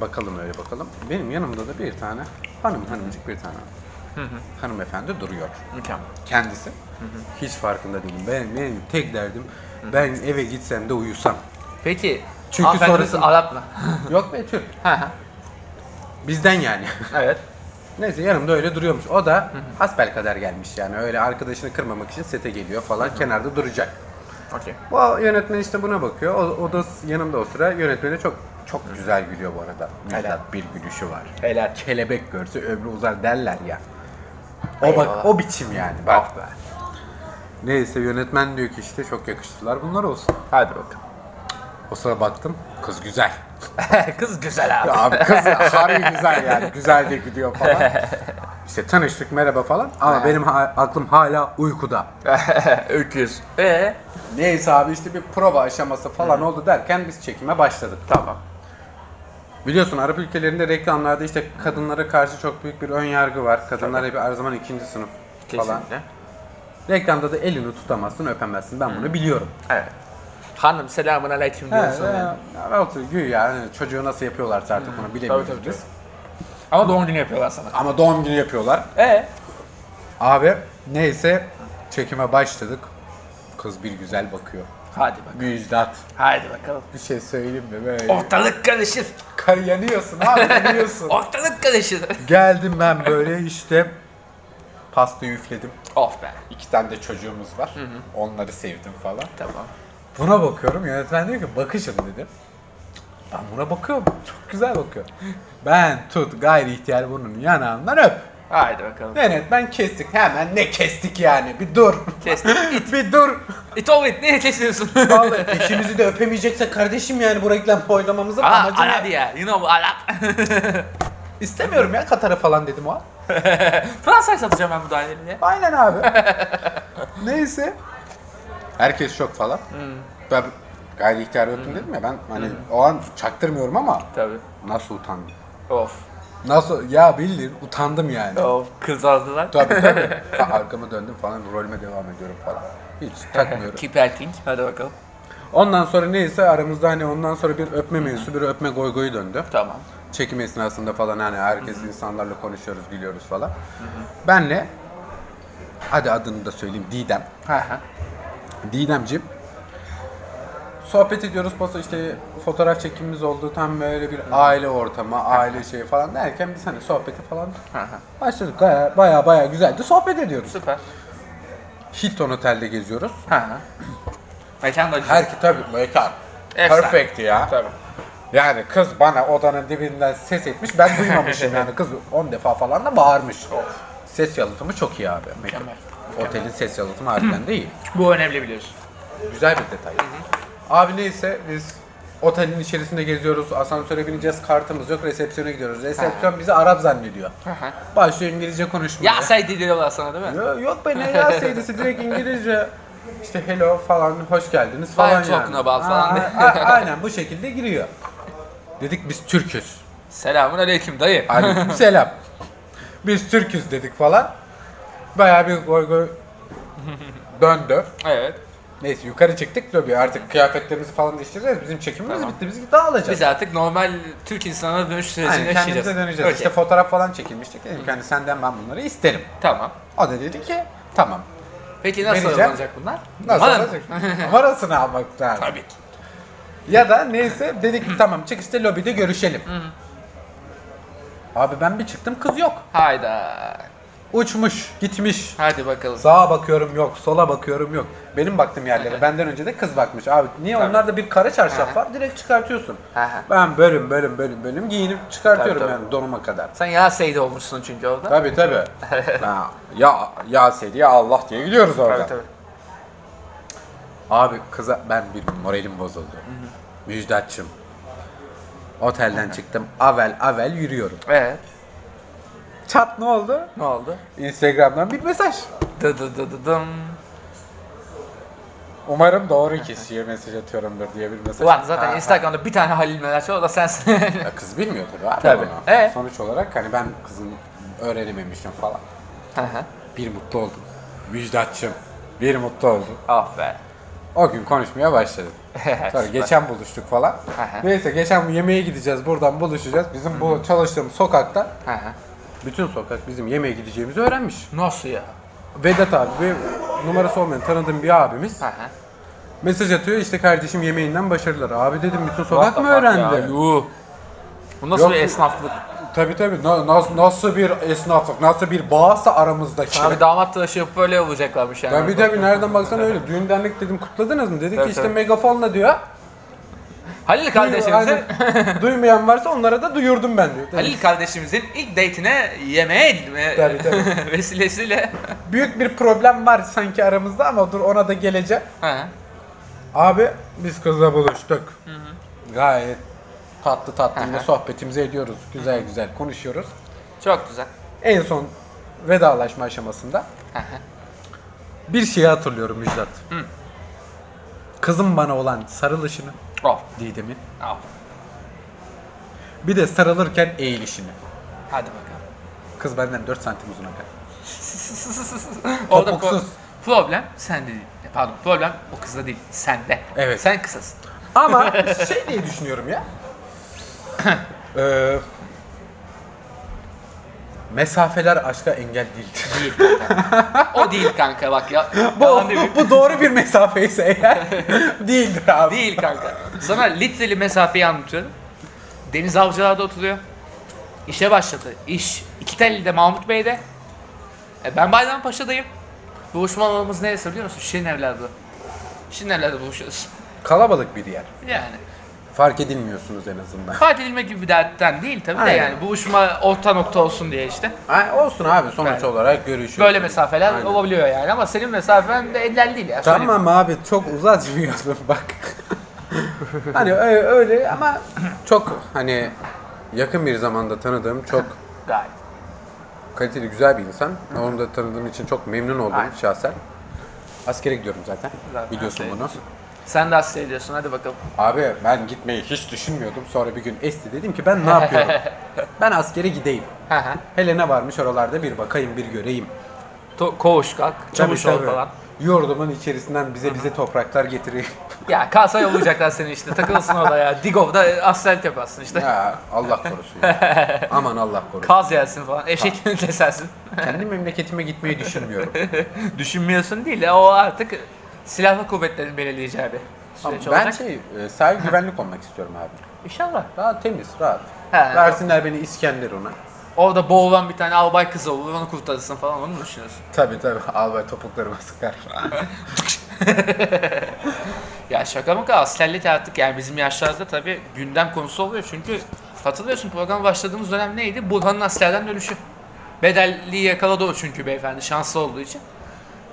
Speaker 1: bakalım öyle bakalım. Benim yanımda da bir tane hanım hanımcık bir tane. Hanımefendi duruyor.
Speaker 2: Mükemmel.
Speaker 1: Kendisi. Hiç farkında değilim. Ben, benim tek derdim ben eve gitsem de uyusam.
Speaker 2: Peki.
Speaker 1: Çünkü
Speaker 2: Çünkü
Speaker 1: sonrasında-
Speaker 2: sonrası Arap mı?
Speaker 1: Yok be Türk.
Speaker 2: Hı hı.
Speaker 1: Bizden yani.
Speaker 2: evet.
Speaker 1: Neyse yanımda öyle duruyormuş. O da hasbel kadar gelmiş yani. Öyle arkadaşını kırmamak için sete geliyor falan. Kenarda duracak.
Speaker 2: Okey.
Speaker 1: Bu yönetmen işte buna bakıyor. O, o da yanımda o sıra yönetmeni çok çok güzel gülüyor bu arada.
Speaker 2: Helal.
Speaker 1: Helal. Bir gülüşü var.
Speaker 2: Helal.
Speaker 1: Kelebek görse ömrü uzar derler ya. O
Speaker 2: Eyvallah.
Speaker 1: bak o biçim yani. Bak.
Speaker 2: Ah be.
Speaker 1: Neyse yönetmen diyor ki işte çok yakıştılar. Bunlar olsun.
Speaker 2: Hadi bakalım.
Speaker 1: O sıra baktım. Kız güzel.
Speaker 2: Kız güzel abi.
Speaker 1: Ya abi kız harbi güzel yani. Güzel de gülüyor falan. İşte tanıştık merhaba falan ama benim ha- aklım hala uykuda.
Speaker 2: Öküz. Ee?
Speaker 1: Neyse abi işte bir prova aşaması falan oldu derken biz çekime başladık. Tamam. Biliyorsun Arap ülkelerinde reklamlarda işte kadınlara karşı çok büyük bir ön yargı var. Kadınlar hep her zaman ikinci sınıf falan.
Speaker 2: Kesinlikle.
Speaker 1: Reklamda da elini tutamazsın, öpemezsin. Ben bunu biliyorum.
Speaker 2: Evet. Hanım selamun aleyküm diyorsun
Speaker 1: He,
Speaker 2: yani.
Speaker 1: he. Ya, otur, güya yani çocuğu nasıl yapıyorlarsa artık bunu bilemiyoruz
Speaker 2: tabii, tabii.
Speaker 1: biz.
Speaker 2: Ama doğum günü yapıyorlar sana.
Speaker 1: Ama doğum günü yapıyorlar.
Speaker 2: Ee?
Speaker 1: Abi neyse çekime başladık. Kız bir güzel bakıyor.
Speaker 2: Hadi bak.
Speaker 1: Müjdat.
Speaker 2: Hadi bakalım.
Speaker 1: Bir şey söyleyeyim mi böyle?
Speaker 2: Ortalık karışır.
Speaker 1: Kay yanıyorsun abi yanıyorsun.
Speaker 2: Ortalık karışır.
Speaker 1: Geldim ben böyle işte pastayı üfledim.
Speaker 2: of be.
Speaker 1: İki tane de çocuğumuz var. Onları sevdim falan.
Speaker 2: Tamam.
Speaker 1: Buna bakıyorum yönetmen diyor ki bakışın dedim. Ben buna bakıyorum. Çok güzel bakıyor. Ben tut gayri ihtiyar bunun yanağından öp.
Speaker 2: Haydi bakalım.
Speaker 1: Yönetmen kestik. Hemen ne kestik yani? Bir dur.
Speaker 2: Kestik.
Speaker 1: bir dur.
Speaker 2: It all it. Niye kesiyorsun?
Speaker 1: Vallahi eşimizi de öpemeyecekse kardeşim yani bu reklam oynamamızın
Speaker 2: Aa,
Speaker 1: amacı
Speaker 2: Arap
Speaker 1: ne?
Speaker 2: ya. You know Arap.
Speaker 1: İstemiyorum ya Katar'a falan dedim o an.
Speaker 2: Fransa'ya satacağım ben bu daireyi. ya.
Speaker 1: Aynen abi. Neyse. Herkes şok falan. Ben gayri ihtiyar öptüm dedim ya ben hani o an çaktırmıyorum ama
Speaker 2: Tabii.
Speaker 1: nasıl utandım.
Speaker 2: Of.
Speaker 1: Nasıl ya bildiğin utandım yani.
Speaker 2: Of. Kız aldılar.
Speaker 1: tabii tabii. Ben Arkama döndüm falan rolüme devam ediyorum falan. Hiç takmıyorum.
Speaker 2: Keep acting. Hadi bakalım.
Speaker 1: ondan sonra neyse aramızda hani ondan sonra bir öpme mevzusu bir öpme goygoyu döndü.
Speaker 2: Tamam.
Speaker 1: çekim esnasında falan hani herkes insanlarla konuşuyoruz, gülüyoruz falan. Benle hadi adını da söyleyeyim Didem. Didemciğim. Sohbet ediyoruz posta işte fotoğraf çekimimiz oldu tam böyle bir aile ortamı, aile şeyi falan derken biz hani sohbeti falan başladık. Baya baya, baya güzeldi sohbet ediyoruz.
Speaker 2: Süper.
Speaker 1: Hilton Otel'de geziyoruz.
Speaker 2: Hı hı. Mekan da güzel.
Speaker 1: Herki tabii mekan.
Speaker 2: Efsane.
Speaker 1: Perfect ya.
Speaker 2: Tabii.
Speaker 1: Yani kız bana odanın dibinden ses etmiş. Ben duymamışım yani. Kız 10 defa falan da bağırmış. Ses yalıtımı çok iyi abi.
Speaker 2: Mükemmel.
Speaker 1: Otelin ses yalıtımı harbiden de iyi.
Speaker 2: Bu önemli biliyorsun.
Speaker 1: Güzel bir detay. Abi neyse biz otelin içerisinde geziyoruz. Asansöre bineceğiz. Kartımız yok. Resepsiyona gidiyoruz. Resepsiyon bizi Arap zannediyor. Başlıyor İngilizce konuşmaya.
Speaker 2: Ya say diyorlar sana değil mi?
Speaker 1: Yo- Yok be ne ya seyrisi direkt İngilizce. işte hello falan hoş geldiniz
Speaker 2: Buy
Speaker 1: falan
Speaker 2: token
Speaker 1: yani.
Speaker 2: about falan
Speaker 1: Aa,
Speaker 2: diye.
Speaker 1: a- aynen bu şekilde giriyor. Dedik biz Türk'üz.
Speaker 2: Selamun aleyküm dayı.
Speaker 1: Aleyküm selam. Biz Türk'üz dedik falan. Bayağı bir goy goy döndü.
Speaker 2: evet.
Speaker 1: Neyse yukarı çıktık lobi artık kıyafetlerimizi falan değiştireceğiz. Bizim çekimimiz
Speaker 2: Tamam.
Speaker 1: bitti. Biz dağılacağız.
Speaker 2: Biz artık normal Türk insanına dönüş sürecini
Speaker 1: Yani
Speaker 2: yaşayacağız.
Speaker 1: kendimize döneceğiz.
Speaker 2: Okey.
Speaker 1: İşte fotoğraf falan çekilmiştik. Dedim ki hani senden ben bunları isterim.
Speaker 2: Tamam.
Speaker 1: O da dedi ki tamam.
Speaker 2: Peki nasıl
Speaker 1: Vereceğim.
Speaker 2: alınacak bunlar?
Speaker 1: Nasıl
Speaker 2: Numara mı?
Speaker 1: olacak? Numarasını almak lazım.
Speaker 2: Tabii ki.
Speaker 1: Ya da neyse dedik ki tamam çık işte lobide görüşelim. Abi ben bir çıktım kız yok.
Speaker 2: Hayda.
Speaker 1: Uçmuş, gitmiş.
Speaker 2: Hadi bakalım.
Speaker 1: Sağa bakıyorum yok, sola bakıyorum yok. Benim baktığım yerlere benden önce de kız bakmış. Abi niye onlarda bir kara çarşaf var? Direkt çıkartıyorsun.
Speaker 2: Aha.
Speaker 1: Ben bölüm bölüm bölüm bölüm giyinip çıkartıyorum
Speaker 2: Tabii, tabii.
Speaker 1: yani donuma kadar.
Speaker 2: Sen ya seydi olmuşsun çünkü orada.
Speaker 1: Tabi tabi. ya ya Sedi ya Allah diye gidiyoruz orada. Abi kıza ben bir moralim bozuldu. Müjdatçım. Otelden çıktım. Avel avel yürüyorum.
Speaker 2: Evet.
Speaker 1: Çat ne oldu?
Speaker 2: Ne oldu?
Speaker 1: Instagram'dan bir mesaj.
Speaker 2: Dı dı dı dı dım.
Speaker 1: Umarım doğru kişiye mesaj atıyorumdur diye bir mesaj.
Speaker 2: Ulan zaten
Speaker 1: Ha,
Speaker 2: Instagram'da bir tane Halil Meraç var o da sensin.
Speaker 1: ha. Ya kız bilmiyor tabii abi
Speaker 2: Tabii.
Speaker 1: bunu.
Speaker 2: Ee?
Speaker 1: Sonuç olarak hani ben kızın öğrenememişim falan. Bir mutlu oldum. Müjdatçım. Bir mutlu oldum.
Speaker 2: Aferin.
Speaker 1: O gün konuşmaya başladık. Sonra
Speaker 2: Süper.
Speaker 1: geçen buluştuk falan.
Speaker 2: Aha.
Speaker 1: Neyse geçen yemeğe gideceğiz buradan buluşacağız. Bizim bu çalıştığım sokakta
Speaker 2: Hı hı.
Speaker 1: bütün sokak bizim yemeğe gideceğimizi öğrenmiş.
Speaker 2: Nasıl ya?
Speaker 1: Vedat abi bir numarası olmayan tanıdığım bir abimiz
Speaker 2: Hı hı.
Speaker 1: mesaj atıyor işte kardeşim yemeğinden başarılar. Abi dedim bütün
Speaker 2: What
Speaker 1: sokak
Speaker 2: the
Speaker 1: mı
Speaker 2: fuck ya?
Speaker 1: öğrendi?
Speaker 2: Yuh. Bu nasıl
Speaker 1: Yok.
Speaker 2: bir esnaflık?
Speaker 1: Tabii tabii Na- nas- nasıl bir esnaflık nasıl bir bağsa aramızdaki.
Speaker 2: Abi damat tıraşı yapıp böyle olacaklarmış yani.
Speaker 1: Tabii tabii nereden baksan öyle. Düğün dernek dedim kutladınız mı? Dedi ki
Speaker 2: Evet,
Speaker 1: işte
Speaker 2: evet.
Speaker 1: megafonla diyor.
Speaker 2: Halil kardeşimizin
Speaker 1: Aynen. Duymayan varsa onlara da duyurdum ben diyor.
Speaker 2: Halil kardeşimizin ilk date'ine yemeğe gitme
Speaker 1: Tabii, tabii.
Speaker 2: vesilesiyle.
Speaker 1: Büyük bir problem var sanki aramızda ama dur ona da geleceğim.
Speaker 2: Hı hı.
Speaker 1: Abi biz kızla buluştuk. Gayet tatlı tatlı yine sohbetimizi ediyoruz. Güzel güzel konuşuyoruz.
Speaker 2: Çok güzel.
Speaker 1: En son vedalaşma aşamasında
Speaker 2: Hı hı.
Speaker 1: bir şeyi hatırlıyorum Müjdat. Kızım bana olan sarılışını,
Speaker 2: Of.
Speaker 1: Didem'in.
Speaker 2: Of.
Speaker 1: Bir de sarılırken eğilişini.
Speaker 2: Hadi bakalım.
Speaker 1: Kız benden 4 santim uzun aga.
Speaker 2: Orada pro-
Speaker 1: Topuksuz.
Speaker 2: problem sende değil. E, Pardon problem o kızda değil. Sende.
Speaker 1: Evet.
Speaker 2: Sen kısasın.
Speaker 1: Ama şey diye düşünüyorum ya. Ee, mesafeler aşka engel değildir.
Speaker 2: Değil kanka. o değil kanka bak ya.
Speaker 1: Bu,
Speaker 2: Yalan değil mi?
Speaker 1: bu doğru bir mesafe ise eğer değildir abi.
Speaker 2: Değil kanka. Sana litreli mesafeyi anlatıyorum. Deniz avcılarda oturuyor. İşe başladı. İş iki tellide Mahmut Bey'de. E ben Bayrampaşa'dayım. Buluşma alanımız neresi biliyor musun? Şirin evlerde. Şirin evlerde buluşuyoruz.
Speaker 1: Kalabalık bir yer.
Speaker 2: Yani.
Speaker 1: Fark edilmiyorsunuz en azından.
Speaker 2: Fark edilme gibi bir dertten değil tabii de
Speaker 1: Aynen.
Speaker 2: yani. Buluşma orta nokta olsun diye işte.
Speaker 1: Ay, olsun abi sonuç
Speaker 2: Aynen.
Speaker 1: olarak görüşüyoruz.
Speaker 2: Böyle mesafeler
Speaker 1: Aynen.
Speaker 2: olabiliyor yani ama senin mesafen de eller değil ya. söyleyeyim.
Speaker 1: Tamam abi çok uzatmıyorum bak. hani ö- öyle ama çok hani yakın bir zamanda tanıdığım çok
Speaker 2: Gayet.
Speaker 1: kaliteli güzel bir insan. Onu da tanıdığım için çok memnun oldum
Speaker 2: Aynen.
Speaker 1: şahsen. Askere gidiyorum zaten.
Speaker 2: Zaten
Speaker 1: Biliyorsun
Speaker 2: askere
Speaker 1: bunu.
Speaker 2: Sen de hasta ediyorsun hadi bakalım.
Speaker 1: Abi ben gitmeyi hiç düşünmüyordum. Sonra bir gün esti dedim ki ben ne yapıyorum? ben askere gideyim.
Speaker 2: Hı hı.
Speaker 1: Helena varmış oralarda bir bakayım bir göreyim.
Speaker 2: To- koğuş kalk, çavuş
Speaker 1: Tabii,
Speaker 2: ol
Speaker 1: tabii.
Speaker 2: falan.
Speaker 1: Yurdumun içerisinden bize bize topraklar getireyim.
Speaker 2: Ya kasaya olacaklar seni işte. Takılsın orada ya. Digov'da asfalt yaparsın işte.
Speaker 1: ya Allah korusun. ya. Aman Allah korusun.
Speaker 2: Kaz yersin falan. Eşek kesersin.
Speaker 1: Kendi memleketime gitmeyi düşünmüyorum.
Speaker 2: Düşünmüyorsun değil ya. O artık silahlı kuvvetlerin belirleyeceği bir süreç
Speaker 1: ben
Speaker 2: olacak.
Speaker 1: şey, e, sahil güvenlik olmak istiyorum abi.
Speaker 2: İnşallah.
Speaker 1: Daha temiz, rahat.
Speaker 2: He.
Speaker 1: Versinler beni İskender ona.
Speaker 2: Orada boğulan bir tane albay kızı olur. Onu kurtarırsın falan. Onu mu düşünüyorsun?
Speaker 1: Tabi tabi albay topuklarıma sıkar.
Speaker 2: Ya şaka maka askerlik artık yani bizim yaşlarda tabii gündem konusu oluyor. Çünkü hatırlıyorsun programa başladığımız dönem neydi? Burhan'ın askerden dönüşü. Bedelliyi yakaladı o çünkü beyefendi şanslı olduğu için.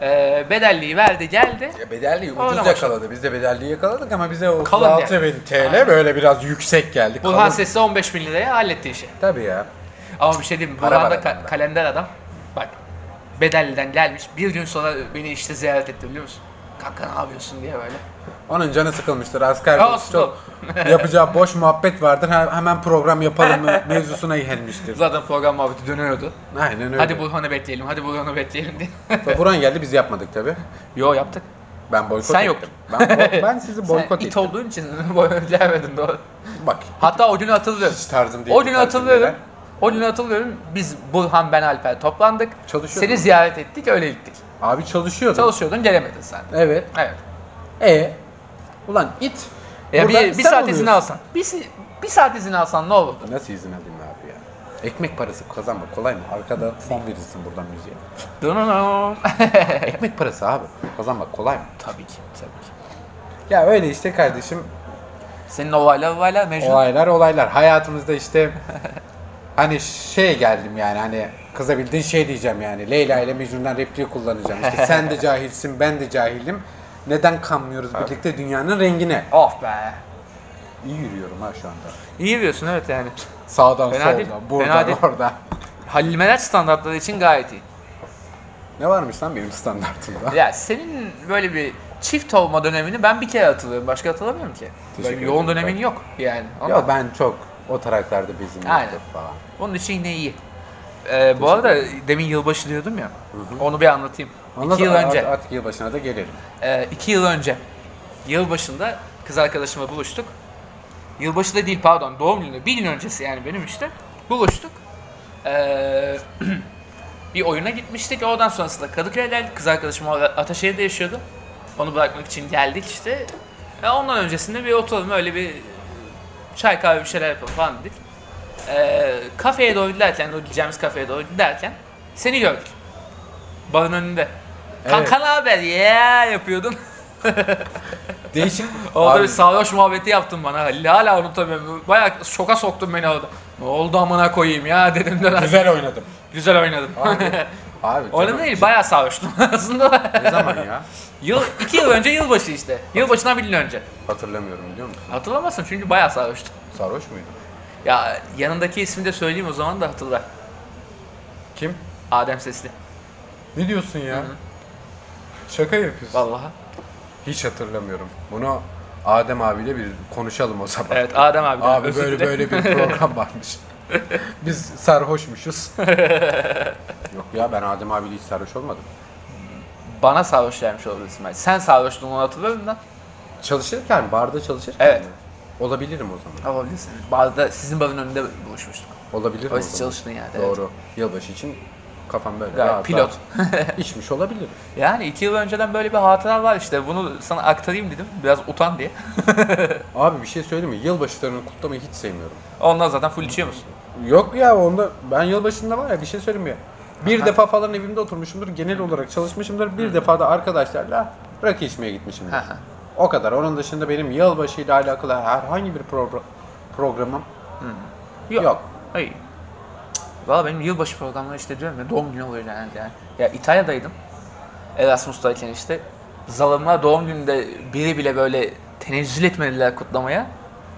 Speaker 2: Ee, bedelliyi verdi geldi.
Speaker 1: Ya bedelliyi ucuz
Speaker 2: Öyle
Speaker 1: yakaladı. Biz de bedelliyi yakaladık ama bize o
Speaker 2: Kalın
Speaker 1: 36
Speaker 2: yani.
Speaker 1: bin TL böyle biraz yüksek geldi.
Speaker 2: Burhan
Speaker 1: Kalın.
Speaker 2: Sesli 15 bin liraya halletti işi.
Speaker 1: Tabii ya.
Speaker 2: Ama bir şey diyeyim mi?
Speaker 1: Para
Speaker 2: Burhan
Speaker 1: var
Speaker 2: da ka-
Speaker 1: adamda.
Speaker 2: kalender adam. Bak Bedelli'den gelmiş. Bir gün sonra beni işte ziyaret etti biliyor musun? Kanka ne yapıyorsun diye böyle.
Speaker 1: Onun canı sıkılmıştır asker.
Speaker 2: Ya olsun
Speaker 1: Çok yapacağı boş muhabbet vardır. He- Hemen program yapalım mı mevzusuna gelmiştir.
Speaker 2: Zaten program muhabbeti dönüyordu.
Speaker 1: Aynen öyle.
Speaker 2: Hadi Burhan'ı bekleyelim, hadi Burhan'ı bekleyelim diye.
Speaker 1: Ve Buran geldi biz yapmadık tabi.
Speaker 2: Yo yaptık.
Speaker 1: Ben boykot
Speaker 2: Sen
Speaker 1: ettim.
Speaker 2: yoktun.
Speaker 1: Ben, bo- ben sizi
Speaker 2: Sen
Speaker 1: boykot
Speaker 2: it
Speaker 1: ettim.
Speaker 2: olduğun için boykot edemedin doğru.
Speaker 1: Bak
Speaker 2: Hatta o gün hatırlıyorum.
Speaker 1: hiç tarzım değil.
Speaker 2: O gün
Speaker 1: bu tarz
Speaker 2: hatırlıyorum.
Speaker 1: cümleler.
Speaker 2: O gün hatırlıyorum. Biz Burhan, ben, Alper toplandık.
Speaker 1: Çalışıyordun.
Speaker 2: Seni ziyaret ettik, öyle gittik.
Speaker 1: Abi çalışıyordum.
Speaker 2: Çalışıyordun, gelemedin sen.
Speaker 1: evet.
Speaker 2: Evet.
Speaker 1: E. Ulan it.
Speaker 2: Ya
Speaker 1: Buradan
Speaker 2: bir, bir
Speaker 1: sen
Speaker 2: saat izin
Speaker 1: oluyorsun.
Speaker 2: alsan. Bir, si- bir saat izin alsan ne olurdu?
Speaker 1: Nasıl izin alayım abi ya? Ekmek parası kazanma kolay mı? Arkada fon verirsin buradan müziğe.
Speaker 2: Dınınım.
Speaker 1: Ekmek parası abi. Kazanmak kolay mı?
Speaker 2: tabii ki, tabii ki.
Speaker 1: Ya öyle işte kardeşim.
Speaker 2: Senin olaylar olaylar Mecnun.
Speaker 1: Olaylar olaylar. Hayatımızda işte hani şey geldim yani hani kızabildiğin şey diyeceğim yani. Leyla ile Mecnun'dan repliği kullanacağım. İşte sen de cahilsin ben de cahilim. Neden kanmıyoruz birlikte dünyanın rengine?
Speaker 2: Of be.
Speaker 1: İyi yürüyorum ha şu anda.
Speaker 2: İyi diyorsun evet yani.
Speaker 1: Sağdan
Speaker 2: Fena
Speaker 1: soldan,
Speaker 2: değil, fena
Speaker 1: buradan
Speaker 2: değil.
Speaker 1: oradan.
Speaker 2: Halil Meraç standartları için gayet iyi.
Speaker 1: Ne varmış lan benim standartımda?
Speaker 2: Ya senin böyle bir çift olma dönemini ben bir kere hatırlıyorum. Başka hatırlamıyorum ki. Böyle bir
Speaker 1: ederim
Speaker 2: yoğun
Speaker 1: ben.
Speaker 2: dönemin yok yani. Ama
Speaker 1: Ama ben çok o taraklarda bizim
Speaker 2: Aynen.
Speaker 1: yoktuk falan.
Speaker 2: onun için yine iyi. Ee, bu arada demin yılbaşı diyordum ya. Onu bir anlatayım.
Speaker 1: Ondan
Speaker 2: iki yıl
Speaker 1: sonra art-
Speaker 2: önce.
Speaker 1: Artık yılbaşına da gelelim.
Speaker 2: Ee, iki yıl önce yılbaşında kız arkadaşımla buluştuk. Yılbaşı da değil pardon doğum günü bir gün öncesi yani benim işte buluştuk. Ee, bir oyuna gitmiştik. Oradan sonrasında Kadıköy'e geldik. Kız arkadaşım orada Ataşehir'de yaşıyordu. Onu bırakmak için geldik işte. Ve ondan öncesinde bir oturalım öyle bir çay kahve bir şeyler yapalım falan dedik. Ee, kafeye doğru giderken, o gideceğimiz kafeye doğru giderken seni gördük. Barın önünde. Kanka ne haber ya yapıyordun.
Speaker 1: Değişik.
Speaker 2: Orada
Speaker 1: Abi,
Speaker 2: bir sarhoş muhabbeti yaptın bana Halil. Hala unutamıyorum. Bayağı şoka soktun beni orada. Ne oldu amına koyayım ya dedim de ben.
Speaker 1: güzel oynadım.
Speaker 2: Güzel oynadın.
Speaker 1: Abi
Speaker 2: Oynadım
Speaker 1: canım,
Speaker 2: değil bayağı sarhoştum aslında. da.
Speaker 1: Ne zaman ya?
Speaker 2: Yıl, iki yıl önce yılbaşı işte. Yılbaşından bir gün önce.
Speaker 1: Hatırlamıyorum biliyor musun?
Speaker 2: Hatırlamazsın çünkü bayağı sarhoştum.
Speaker 1: Sarhoş muydun?
Speaker 2: Ya yanındaki ismi de söyleyeyim o zaman da hatırla.
Speaker 1: Kim?
Speaker 2: Adem Sesli.
Speaker 1: Ne diyorsun ya? Şaka yapıyorsun.
Speaker 2: Vallahi.
Speaker 1: Hiç hatırlamıyorum. Bunu Adem abiyle bir konuşalım o zaman.
Speaker 2: Evet Adem abi.
Speaker 1: Abi
Speaker 2: özür
Speaker 1: böyle
Speaker 2: dilerim.
Speaker 1: böyle bir program varmış. Biz sarhoşmuşuz. Yok ya ben Adem abiyle hiç sarhoş olmadım.
Speaker 2: Bana sarhoş gelmiş olabilir İsmail. Sen sarhoştun onu hatırlıyorum da.
Speaker 1: Çalışırken, barda çalışırken
Speaker 2: Evet.
Speaker 1: mi? Olabilirim o zaman.
Speaker 2: Olabilirsin. Bazıda sizin barın önünde buluşmuştuk.
Speaker 1: Olabilirim o
Speaker 2: Oysa
Speaker 1: zaman.
Speaker 2: çalıştın yani. evet.
Speaker 1: Doğru. Yılbaşı için kafam böyle
Speaker 2: Gayet
Speaker 1: rahat
Speaker 2: pilot.
Speaker 1: rahat içmiş olabilirim.
Speaker 2: Yani iki yıl önceden böyle bir hatıra var işte. Bunu sana aktarayım dedim. Biraz utan diye.
Speaker 1: Abi bir şey söyleyeyim mi? Yılbaşlarını kutlamayı hiç sevmiyorum.
Speaker 2: Ondan zaten full içiyor musun?
Speaker 1: Yok ya onda ben yılbaşında var ya bir şey söyleyeyim mi? Bir defa falan evimde oturmuşumdur. Genel olarak çalışmışımdır. Bir defa da arkadaşlarla rakı içmeye gitmişimdir.
Speaker 2: Aha.
Speaker 1: o kadar. Onun dışında benim yılbaşıyla alakalı herhangi bir pro- programım yok.
Speaker 2: Hayır. Valla benim yılbaşı programları işte diyorum ya doğum günü oluyor genelde yani. Ya İtalya'daydım. Erasmus'tayken işte. Zalimler doğum gününde biri bile böyle tenezzül etmediler kutlamaya.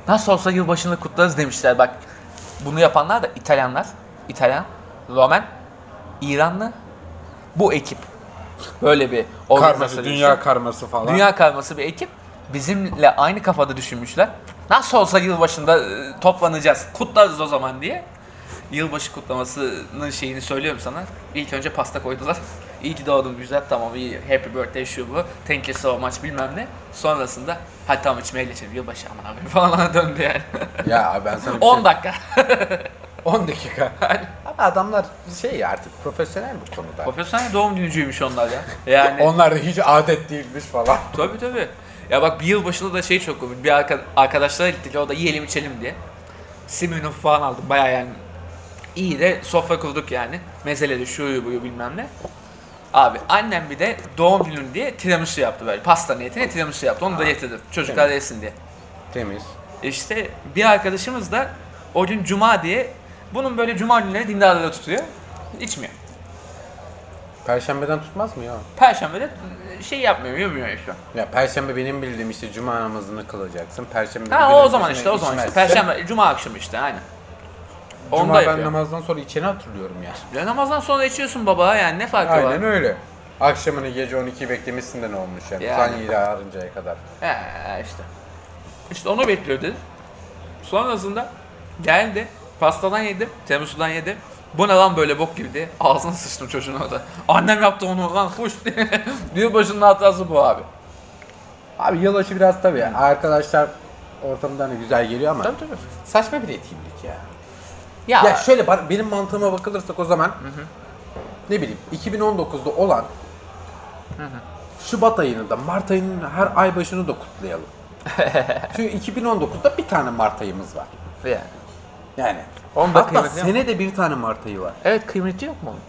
Speaker 2: Nasıl olsa yılbaşını kutlarız demişler. Bak bunu yapanlar da İtalyanlar. İtalyan, Romen, İranlı. Bu ekip. Böyle bir
Speaker 1: Karması,
Speaker 2: organizasyon.
Speaker 1: şey. dünya karması falan.
Speaker 2: Dünya karması bir ekip. Bizimle aynı kafada düşünmüşler. Nasıl olsa yılbaşında e, toplanacağız, kutlarız o zaman diye. Yılbaşı kutlamasının şeyini söylüyorum sana. İlk önce pasta koydular. İyi ki doğdun güzel tamam iyi happy birthday şu bu. Thank you so much bilmem ne. Sonrasında hadi tamam içmeye geçelim yılbaşı aman abi falan döndü yani.
Speaker 1: Ya ben sana bir şey.
Speaker 2: 10 dakika.
Speaker 1: 10 dakika. Abi adamlar şey ya artık profesyonel bu konuda.
Speaker 2: Profesyonel doğum günücüymüş onlar ya. Yani
Speaker 1: Onlar da hiç adet değilmiş falan.
Speaker 2: Tabii tabii. Ya bak bir yıl başında da şey çok komik. Bir arka, arkadaşlara gittik orada yiyelim içelim diye. Simonov falan aldık baya yani. İyi de sofra kurduk yani. Mezeleri şuyu buyu bilmem ne. Abi annem bir de doğum günün diye tiramisu yaptı böyle. Pasta niyetine tiramisu yaptı. Onu da getirdim. Çocuklar yesin diye.
Speaker 1: Temiz.
Speaker 2: İşte bir arkadaşımız da o gün cuma diye bunun böyle cuma günleri dindarlara tutuyor. İçmiyor.
Speaker 1: Perşembeden tutmaz mı ya?
Speaker 2: Perşembede şey yapmıyor, yumuyor şu an.
Speaker 1: Ya perşembe benim bildiğim işte cuma namazını kılacaksın. Perşembe bir
Speaker 2: Ha
Speaker 1: gün
Speaker 2: o zaman
Speaker 1: öncesine
Speaker 2: işte o zaman işte.
Speaker 1: içmezsen-
Speaker 2: Perşembe, cuma akşamı işte aynen.
Speaker 1: Cuma
Speaker 2: Onda
Speaker 1: ben
Speaker 2: yapıyor.
Speaker 1: namazdan sonra içeni hatırlıyorum ya.
Speaker 2: Ya namazdan sonra içiyorsun baba yani ne farkı var?
Speaker 1: Aynen öyle. Akşamını gece 12'yi beklemişsin de ne olmuş yani?
Speaker 2: Yani.
Speaker 1: Sen ile ağrıncaya kadar.
Speaker 2: Ha işte. İşte onu bekliyordun. Sonrasında geldi. Pastadan yedi. Temisu'dan yedi. Bu ne lan böyle bok gibiydi. Ağzına sıçtım çocuğun orada. Annem yaptı onu lan kuş diye. Yılbaşının hatası bu abi.
Speaker 1: Abi yılbaşı biraz tabii arkadaşlar ortamından güzel geliyor ama
Speaker 2: Tabii tabii.
Speaker 1: saçma bir etkinlik ya.
Speaker 2: Ya,
Speaker 1: Ya şöyle ba- benim mantığıma bakılırsak o zaman ne bileyim 2019'da olan Şubat ayını da Mart ayının her ay başını da kutlayalım. Çünkü 2019'da bir tane Mart ayımız var.
Speaker 2: yani.
Speaker 1: Yani.
Speaker 2: Onun da
Speaker 1: Hatta
Speaker 2: kıymeti yok.
Speaker 1: senede bir tane Mart ayı var.
Speaker 2: Evet kıymeti yok mu? onun?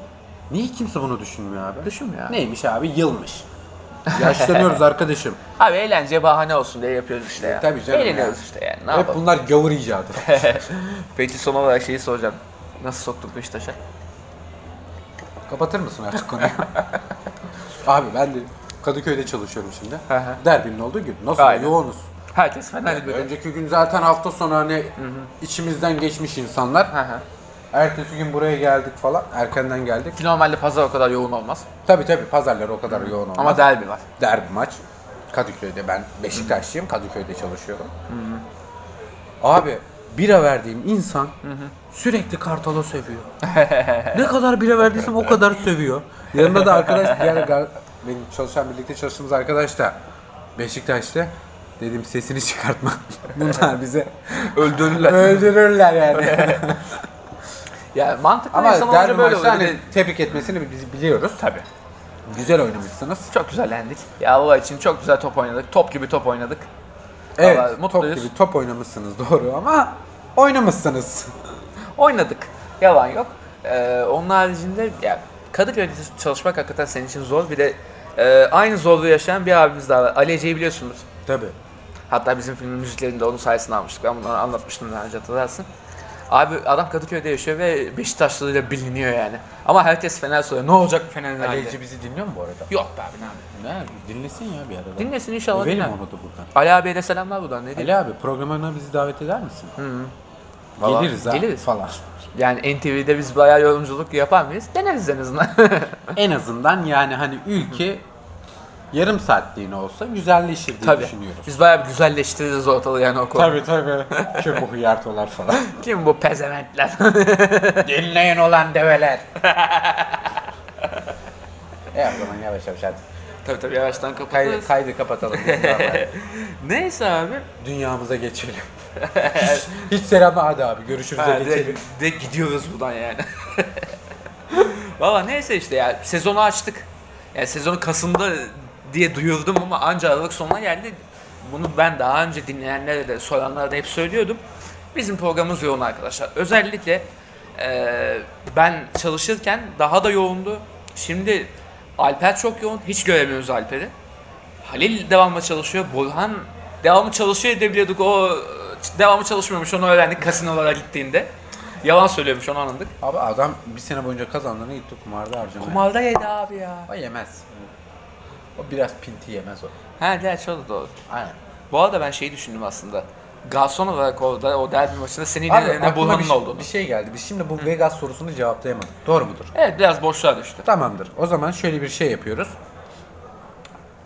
Speaker 1: Niye kimse bunu düşünmüyor abi?
Speaker 2: Düşün ya.
Speaker 1: Neymiş abi? Yılmış. Yaşlanıyoruz arkadaşım.
Speaker 2: Abi eğlence bahane olsun diye yapıyoruz işte ya.
Speaker 1: Tabii canım
Speaker 2: Eğleniyoruz
Speaker 1: ya.
Speaker 2: işte yani. Ne
Speaker 1: Hep
Speaker 2: yapalım?
Speaker 1: bunlar gavur icadı.
Speaker 2: Peki son olarak şeyi soracağım. Nasıl soktuk Beşiktaş'a?
Speaker 1: Kapatır mısın artık konuyu? Abi ben de Kadıköy'de çalışıyorum şimdi.
Speaker 2: Hı hı.
Speaker 1: Derbinin olduğu gün. Nasıl
Speaker 2: Aynen.
Speaker 1: yoğunuz?
Speaker 2: Herkes fena değil.
Speaker 1: Önceki gün zaten hafta sonu hani içimizden geçmiş insanlar.
Speaker 2: Hı hı.
Speaker 1: Ertesi gün buraya geldik falan. Erkenden geldik.
Speaker 2: Ki normalde pazar o kadar yoğun olmaz.
Speaker 1: Tabi tabi pazarlar o kadar yoğun olmaz.
Speaker 2: Ama derbi var.
Speaker 1: derbi maç. Kadıköy'de ben Beşiktaşlıyım. Kadıköy'de çalışıyorum. Abi bira verdiğim insan sürekli Kartal'a sövüyor. ne kadar bira verdiysem o kadar sövüyor. Yanında da arkadaş diğer gar- benim çalışan birlikte çalıştığımız arkadaş da Beşiktaş'ta dedim sesini çıkartma. Bunlar bize
Speaker 2: Öldürürler.
Speaker 1: öldürürler yani.
Speaker 2: Ya mantıklı
Speaker 1: Ama
Speaker 2: insan
Speaker 1: derbi
Speaker 2: olunca böyle
Speaker 1: maçta
Speaker 2: oluyor.
Speaker 1: hani
Speaker 2: Hani...
Speaker 1: tebrik etmesini biz biliyoruz.
Speaker 2: Tabii.
Speaker 1: Güzel oynamışsınız.
Speaker 2: Çok güzel lendik. Ya Allah için çok güzel top oynadık. Top gibi top oynadık.
Speaker 1: Evet,
Speaker 2: Vallahi mutluyuz.
Speaker 1: top gibi top oynamışsınız doğru ama oynamışsınız.
Speaker 2: Oynadık. Yalan yok. Ee, onun haricinde ya Kadıköy'de çalışmak hakikaten senin için zor. Bir de e, aynı zorluğu yaşayan bir abimiz daha var. Ali Ece'yi biliyorsunuz.
Speaker 1: Tabii.
Speaker 2: Hatta bizim filmin müziklerini de onun sayesinde almıştık. Ben bunu anlatmıştım daha önce hatırlarsın. Abi adam Kadıköy'de yaşıyor ve Beşiktaşlılığıyla biliniyor yani. Ama herkes Fener soruyor. Ne olacak Fener'in hali?
Speaker 1: bizi dinliyor mu bu arada?
Speaker 2: Yok be abi ne abi.
Speaker 1: Ne abi, dinlesin ya bir arada.
Speaker 2: Dinlesin inşallah.
Speaker 1: Övelim
Speaker 2: dinler.
Speaker 1: onu da buradan.
Speaker 2: Ali abiye de selamlar buradan. Ne diyeyim?
Speaker 1: Ali abi programına bizi davet eder misin?
Speaker 2: Valla,
Speaker 1: Geliriz ha.
Speaker 2: geliriz.
Speaker 1: Falan.
Speaker 2: Yani NTV'de biz bayağı yorumculuk yapar mıyız? Deneriz en azından.
Speaker 1: en azından yani hani ülke yarım saatliğine olsa güzelleşir diye
Speaker 2: Tabii.
Speaker 1: düşünüyoruz.
Speaker 2: Biz bayağı bir güzelleştiririz ortalığı yani o konu.
Speaker 1: tabii. Şu bu hıyartolar falan.
Speaker 2: Kim bu pezevenkler?
Speaker 1: Dinleyin olan develer. e o zaman yavaş yavaş hadi.
Speaker 2: tabii tabii yavaştan
Speaker 1: Kaydı,
Speaker 2: kapatırız.
Speaker 1: kaydı kapatalım. biz normal.
Speaker 2: Neyse abi.
Speaker 1: Dünyamıza geçelim. hiç, hiç selamı hadi abi görüşürüz.
Speaker 2: Ha,
Speaker 1: de
Speaker 2: direkt,
Speaker 1: geçelim.
Speaker 2: direkt gidiyoruz buradan yani. Valla neyse işte ya sezonu açtık. Yani sezonu Kasım'da diye duyurdum ama anca Aralık sonuna geldi. Bunu ben daha önce dinleyenlere de soranlara da hep söylüyordum. Bizim programımız yoğun arkadaşlar. Özellikle eee, ben çalışırken daha da yoğundu. Şimdi Alper çok yoğun. Hiç göremiyoruz Alper'i. Halil devamlı çalışıyor. Burhan devamlı çalışıyor diyebiliyorduk. O e, devamlı çalışmıyormuş. Onu öğrendik kasinolara gittiğinde. Yalan söylüyormuş onu anladık.
Speaker 1: Abi adam bir sene boyunca kazandığını gitti kumarda harcamaya.
Speaker 2: Kumarda yedi abi ya.
Speaker 1: O yemez. O biraz pinti yemez o.
Speaker 2: He gerçi o da doğru.
Speaker 1: Aynen.
Speaker 2: Bu arada ben şeyi düşündüm aslında. Garson olarak orada o derbi maçında senin
Speaker 1: Abi
Speaker 2: yerine
Speaker 1: aklıma bir,
Speaker 2: Burhan'ın
Speaker 1: şey-
Speaker 2: olduğunu.
Speaker 1: bir şey geldi. Biz şimdi bu Vegas sorusunu cevaplayamadık. Doğru mudur?
Speaker 2: Evet biraz boşluğa düştü.
Speaker 1: Tamamdır. O zaman şöyle bir şey yapıyoruz.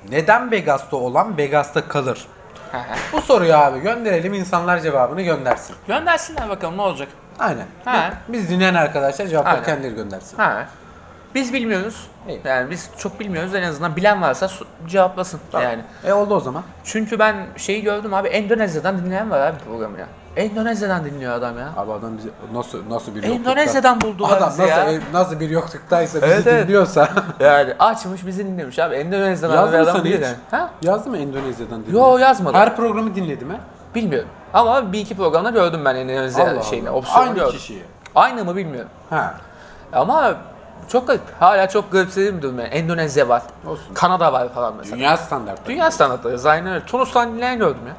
Speaker 1: Neden Vegas'ta olan Vegas'ta kalır?
Speaker 2: Hı hı.
Speaker 1: Bu soruyu abi gönderelim insanlar cevabını göndersin.
Speaker 2: Göndersinler bakalım ne olacak.
Speaker 1: Aynen.
Speaker 2: Ha.
Speaker 1: Biz dinleyen arkadaşlar cevapları
Speaker 2: Aynen.
Speaker 1: kendileri göndersin.
Speaker 2: Ha. Biz bilmiyoruz.
Speaker 1: İyi.
Speaker 2: Yani biz çok bilmiyoruz. En azından bilen varsa su- cevaplasın yani.
Speaker 1: E oldu o zaman.
Speaker 2: Çünkü ben şeyi gördüm abi Endonezya'dan dinleyen var abi programı ya. Endonezya'dan dinliyor adam ya.
Speaker 1: Abi adam bizi nasıl nasıl bir yoklukta.
Speaker 2: Endonezya'dan buldular
Speaker 1: Adam
Speaker 2: bizi
Speaker 1: nasıl
Speaker 2: E, ya.
Speaker 1: ev- nasıl bir yokluktaysa bizi
Speaker 2: Evet, evet.
Speaker 1: dinliyorsa.
Speaker 2: Yani açmış bizi dinlemiş abi. Endonezya'dan
Speaker 1: Yazdı
Speaker 2: bir
Speaker 1: mı
Speaker 2: adam
Speaker 1: sana
Speaker 2: bilir
Speaker 1: hiç?
Speaker 2: yani. Ha?
Speaker 1: Yazdı mı Endonezya'dan dinleyen?
Speaker 2: Yo yazmadı.
Speaker 1: Her programı dinledi mi?
Speaker 2: Bilmiyorum. Ama bir iki programda gördüm ben Endonezya
Speaker 1: Allah
Speaker 2: şeyini.
Speaker 1: Allah.
Speaker 2: şey opsiyonu
Speaker 1: Aynı
Speaker 2: gördüm.
Speaker 1: kişiyi.
Speaker 2: Aynı mı bilmiyorum.
Speaker 1: Ha.
Speaker 2: Ama çok garip. Hala çok garipsediğim bir durum yani. Endonezya var.
Speaker 1: Olsun.
Speaker 2: Kanada var falan mesela. Dünya,
Speaker 1: Dünya standartları.
Speaker 2: standartları. Zaten öyle. Tunus'tan dinleyen gördüm ya.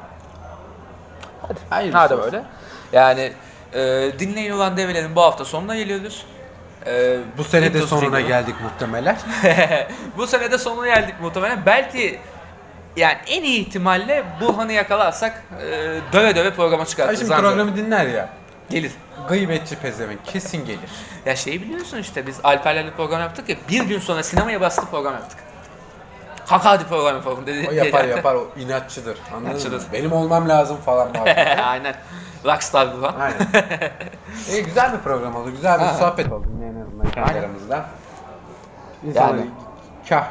Speaker 1: Hayırlısı
Speaker 2: Nerede
Speaker 1: olsun.
Speaker 2: böyle? Yani e, dinleyin olan develerin bu hafta sonuna geliyoruz. E,
Speaker 1: Bu sene de
Speaker 2: Windows
Speaker 1: sonuna
Speaker 2: Radio'nun-
Speaker 1: geldik muhtemelen.
Speaker 2: bu sene de sonuna geldik muhtemelen. Belki yani en iyi ihtimalle Burhan'ı yakalarsak e, döve döve programa
Speaker 1: Ha
Speaker 2: çıkartırız.
Speaker 1: şimdi
Speaker 2: Zannediyorum.
Speaker 1: programı dinler ya.
Speaker 2: Gelir.
Speaker 1: Gıybetçi pezevenk kesin gelir.
Speaker 2: Ya şeyi biliyorsun işte biz Alper'lerle program yaptık ya bir gün sonra sinemaya bastı program yaptık. Kaka hadi program yapalım dedi.
Speaker 1: O yapar
Speaker 2: dedi.
Speaker 1: yapar o inatçıdır. Anladın
Speaker 2: İnatçıdır.
Speaker 1: mı? Benim olmam lazım falan muhabbet.
Speaker 2: Aynen. Rockstar bu lan.
Speaker 1: Aynen. İyi güzel bir program oldu. Güzel bir
Speaker 2: Ha.
Speaker 1: sohbet oldu yine en azından kendi
Speaker 2: Aynen.
Speaker 1: aramızda. İnsanlar
Speaker 2: Yani.
Speaker 1: kah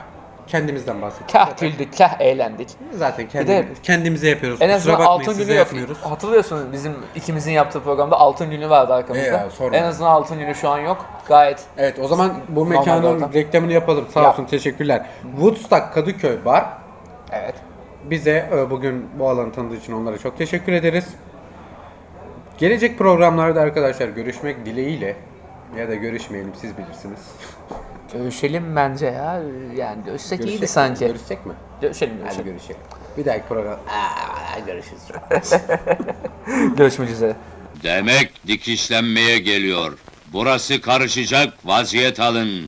Speaker 1: kendimizden bahsettik.
Speaker 2: Kah güldük, kah eğlendik.
Speaker 1: Zaten kendi,
Speaker 2: de-
Speaker 1: kendimize yapıyoruz.
Speaker 2: En
Speaker 1: Kusura
Speaker 2: azından
Speaker 1: bakmayın,
Speaker 2: altın
Speaker 1: size
Speaker 2: günü
Speaker 1: yapmıyoruz.
Speaker 2: yapıyoruz. Hatırlıyorsunuz bizim ikimizin yaptığı programda altın günü vardı arkamızda.
Speaker 1: E ya, sorma.
Speaker 2: en azından altın günü şu an yok. Gayet
Speaker 1: Evet o zaman bu
Speaker 2: Normalde
Speaker 1: mekanın
Speaker 2: orada.
Speaker 1: reklamını yapalım. Sağ
Speaker 2: Yap.
Speaker 1: olsun teşekkürler. Woodstock Kadıköy Bar.
Speaker 2: evet.
Speaker 1: Bize e, bugün bu alanı tanıdığı için onlara çok teşekkür ederiz. Gelecek programlarda arkadaşlar görüşmek dileğiyle ya da görüşmeyelim siz bilirsiniz.
Speaker 2: Görüşelim bence ya. Yani görüşsek
Speaker 1: Görüşecek
Speaker 2: iyiydi
Speaker 1: mi?
Speaker 2: sanki.
Speaker 1: Görüşecek mi?
Speaker 2: görüşelim
Speaker 1: Hadi
Speaker 2: görüşelim.
Speaker 1: görüşelim. Bir dahaki program. Aa, görüşürüz.
Speaker 2: Görüşmek üzere.
Speaker 3: Demek dikişlenmeye geliyor. Burası karışacak vaziyet alın.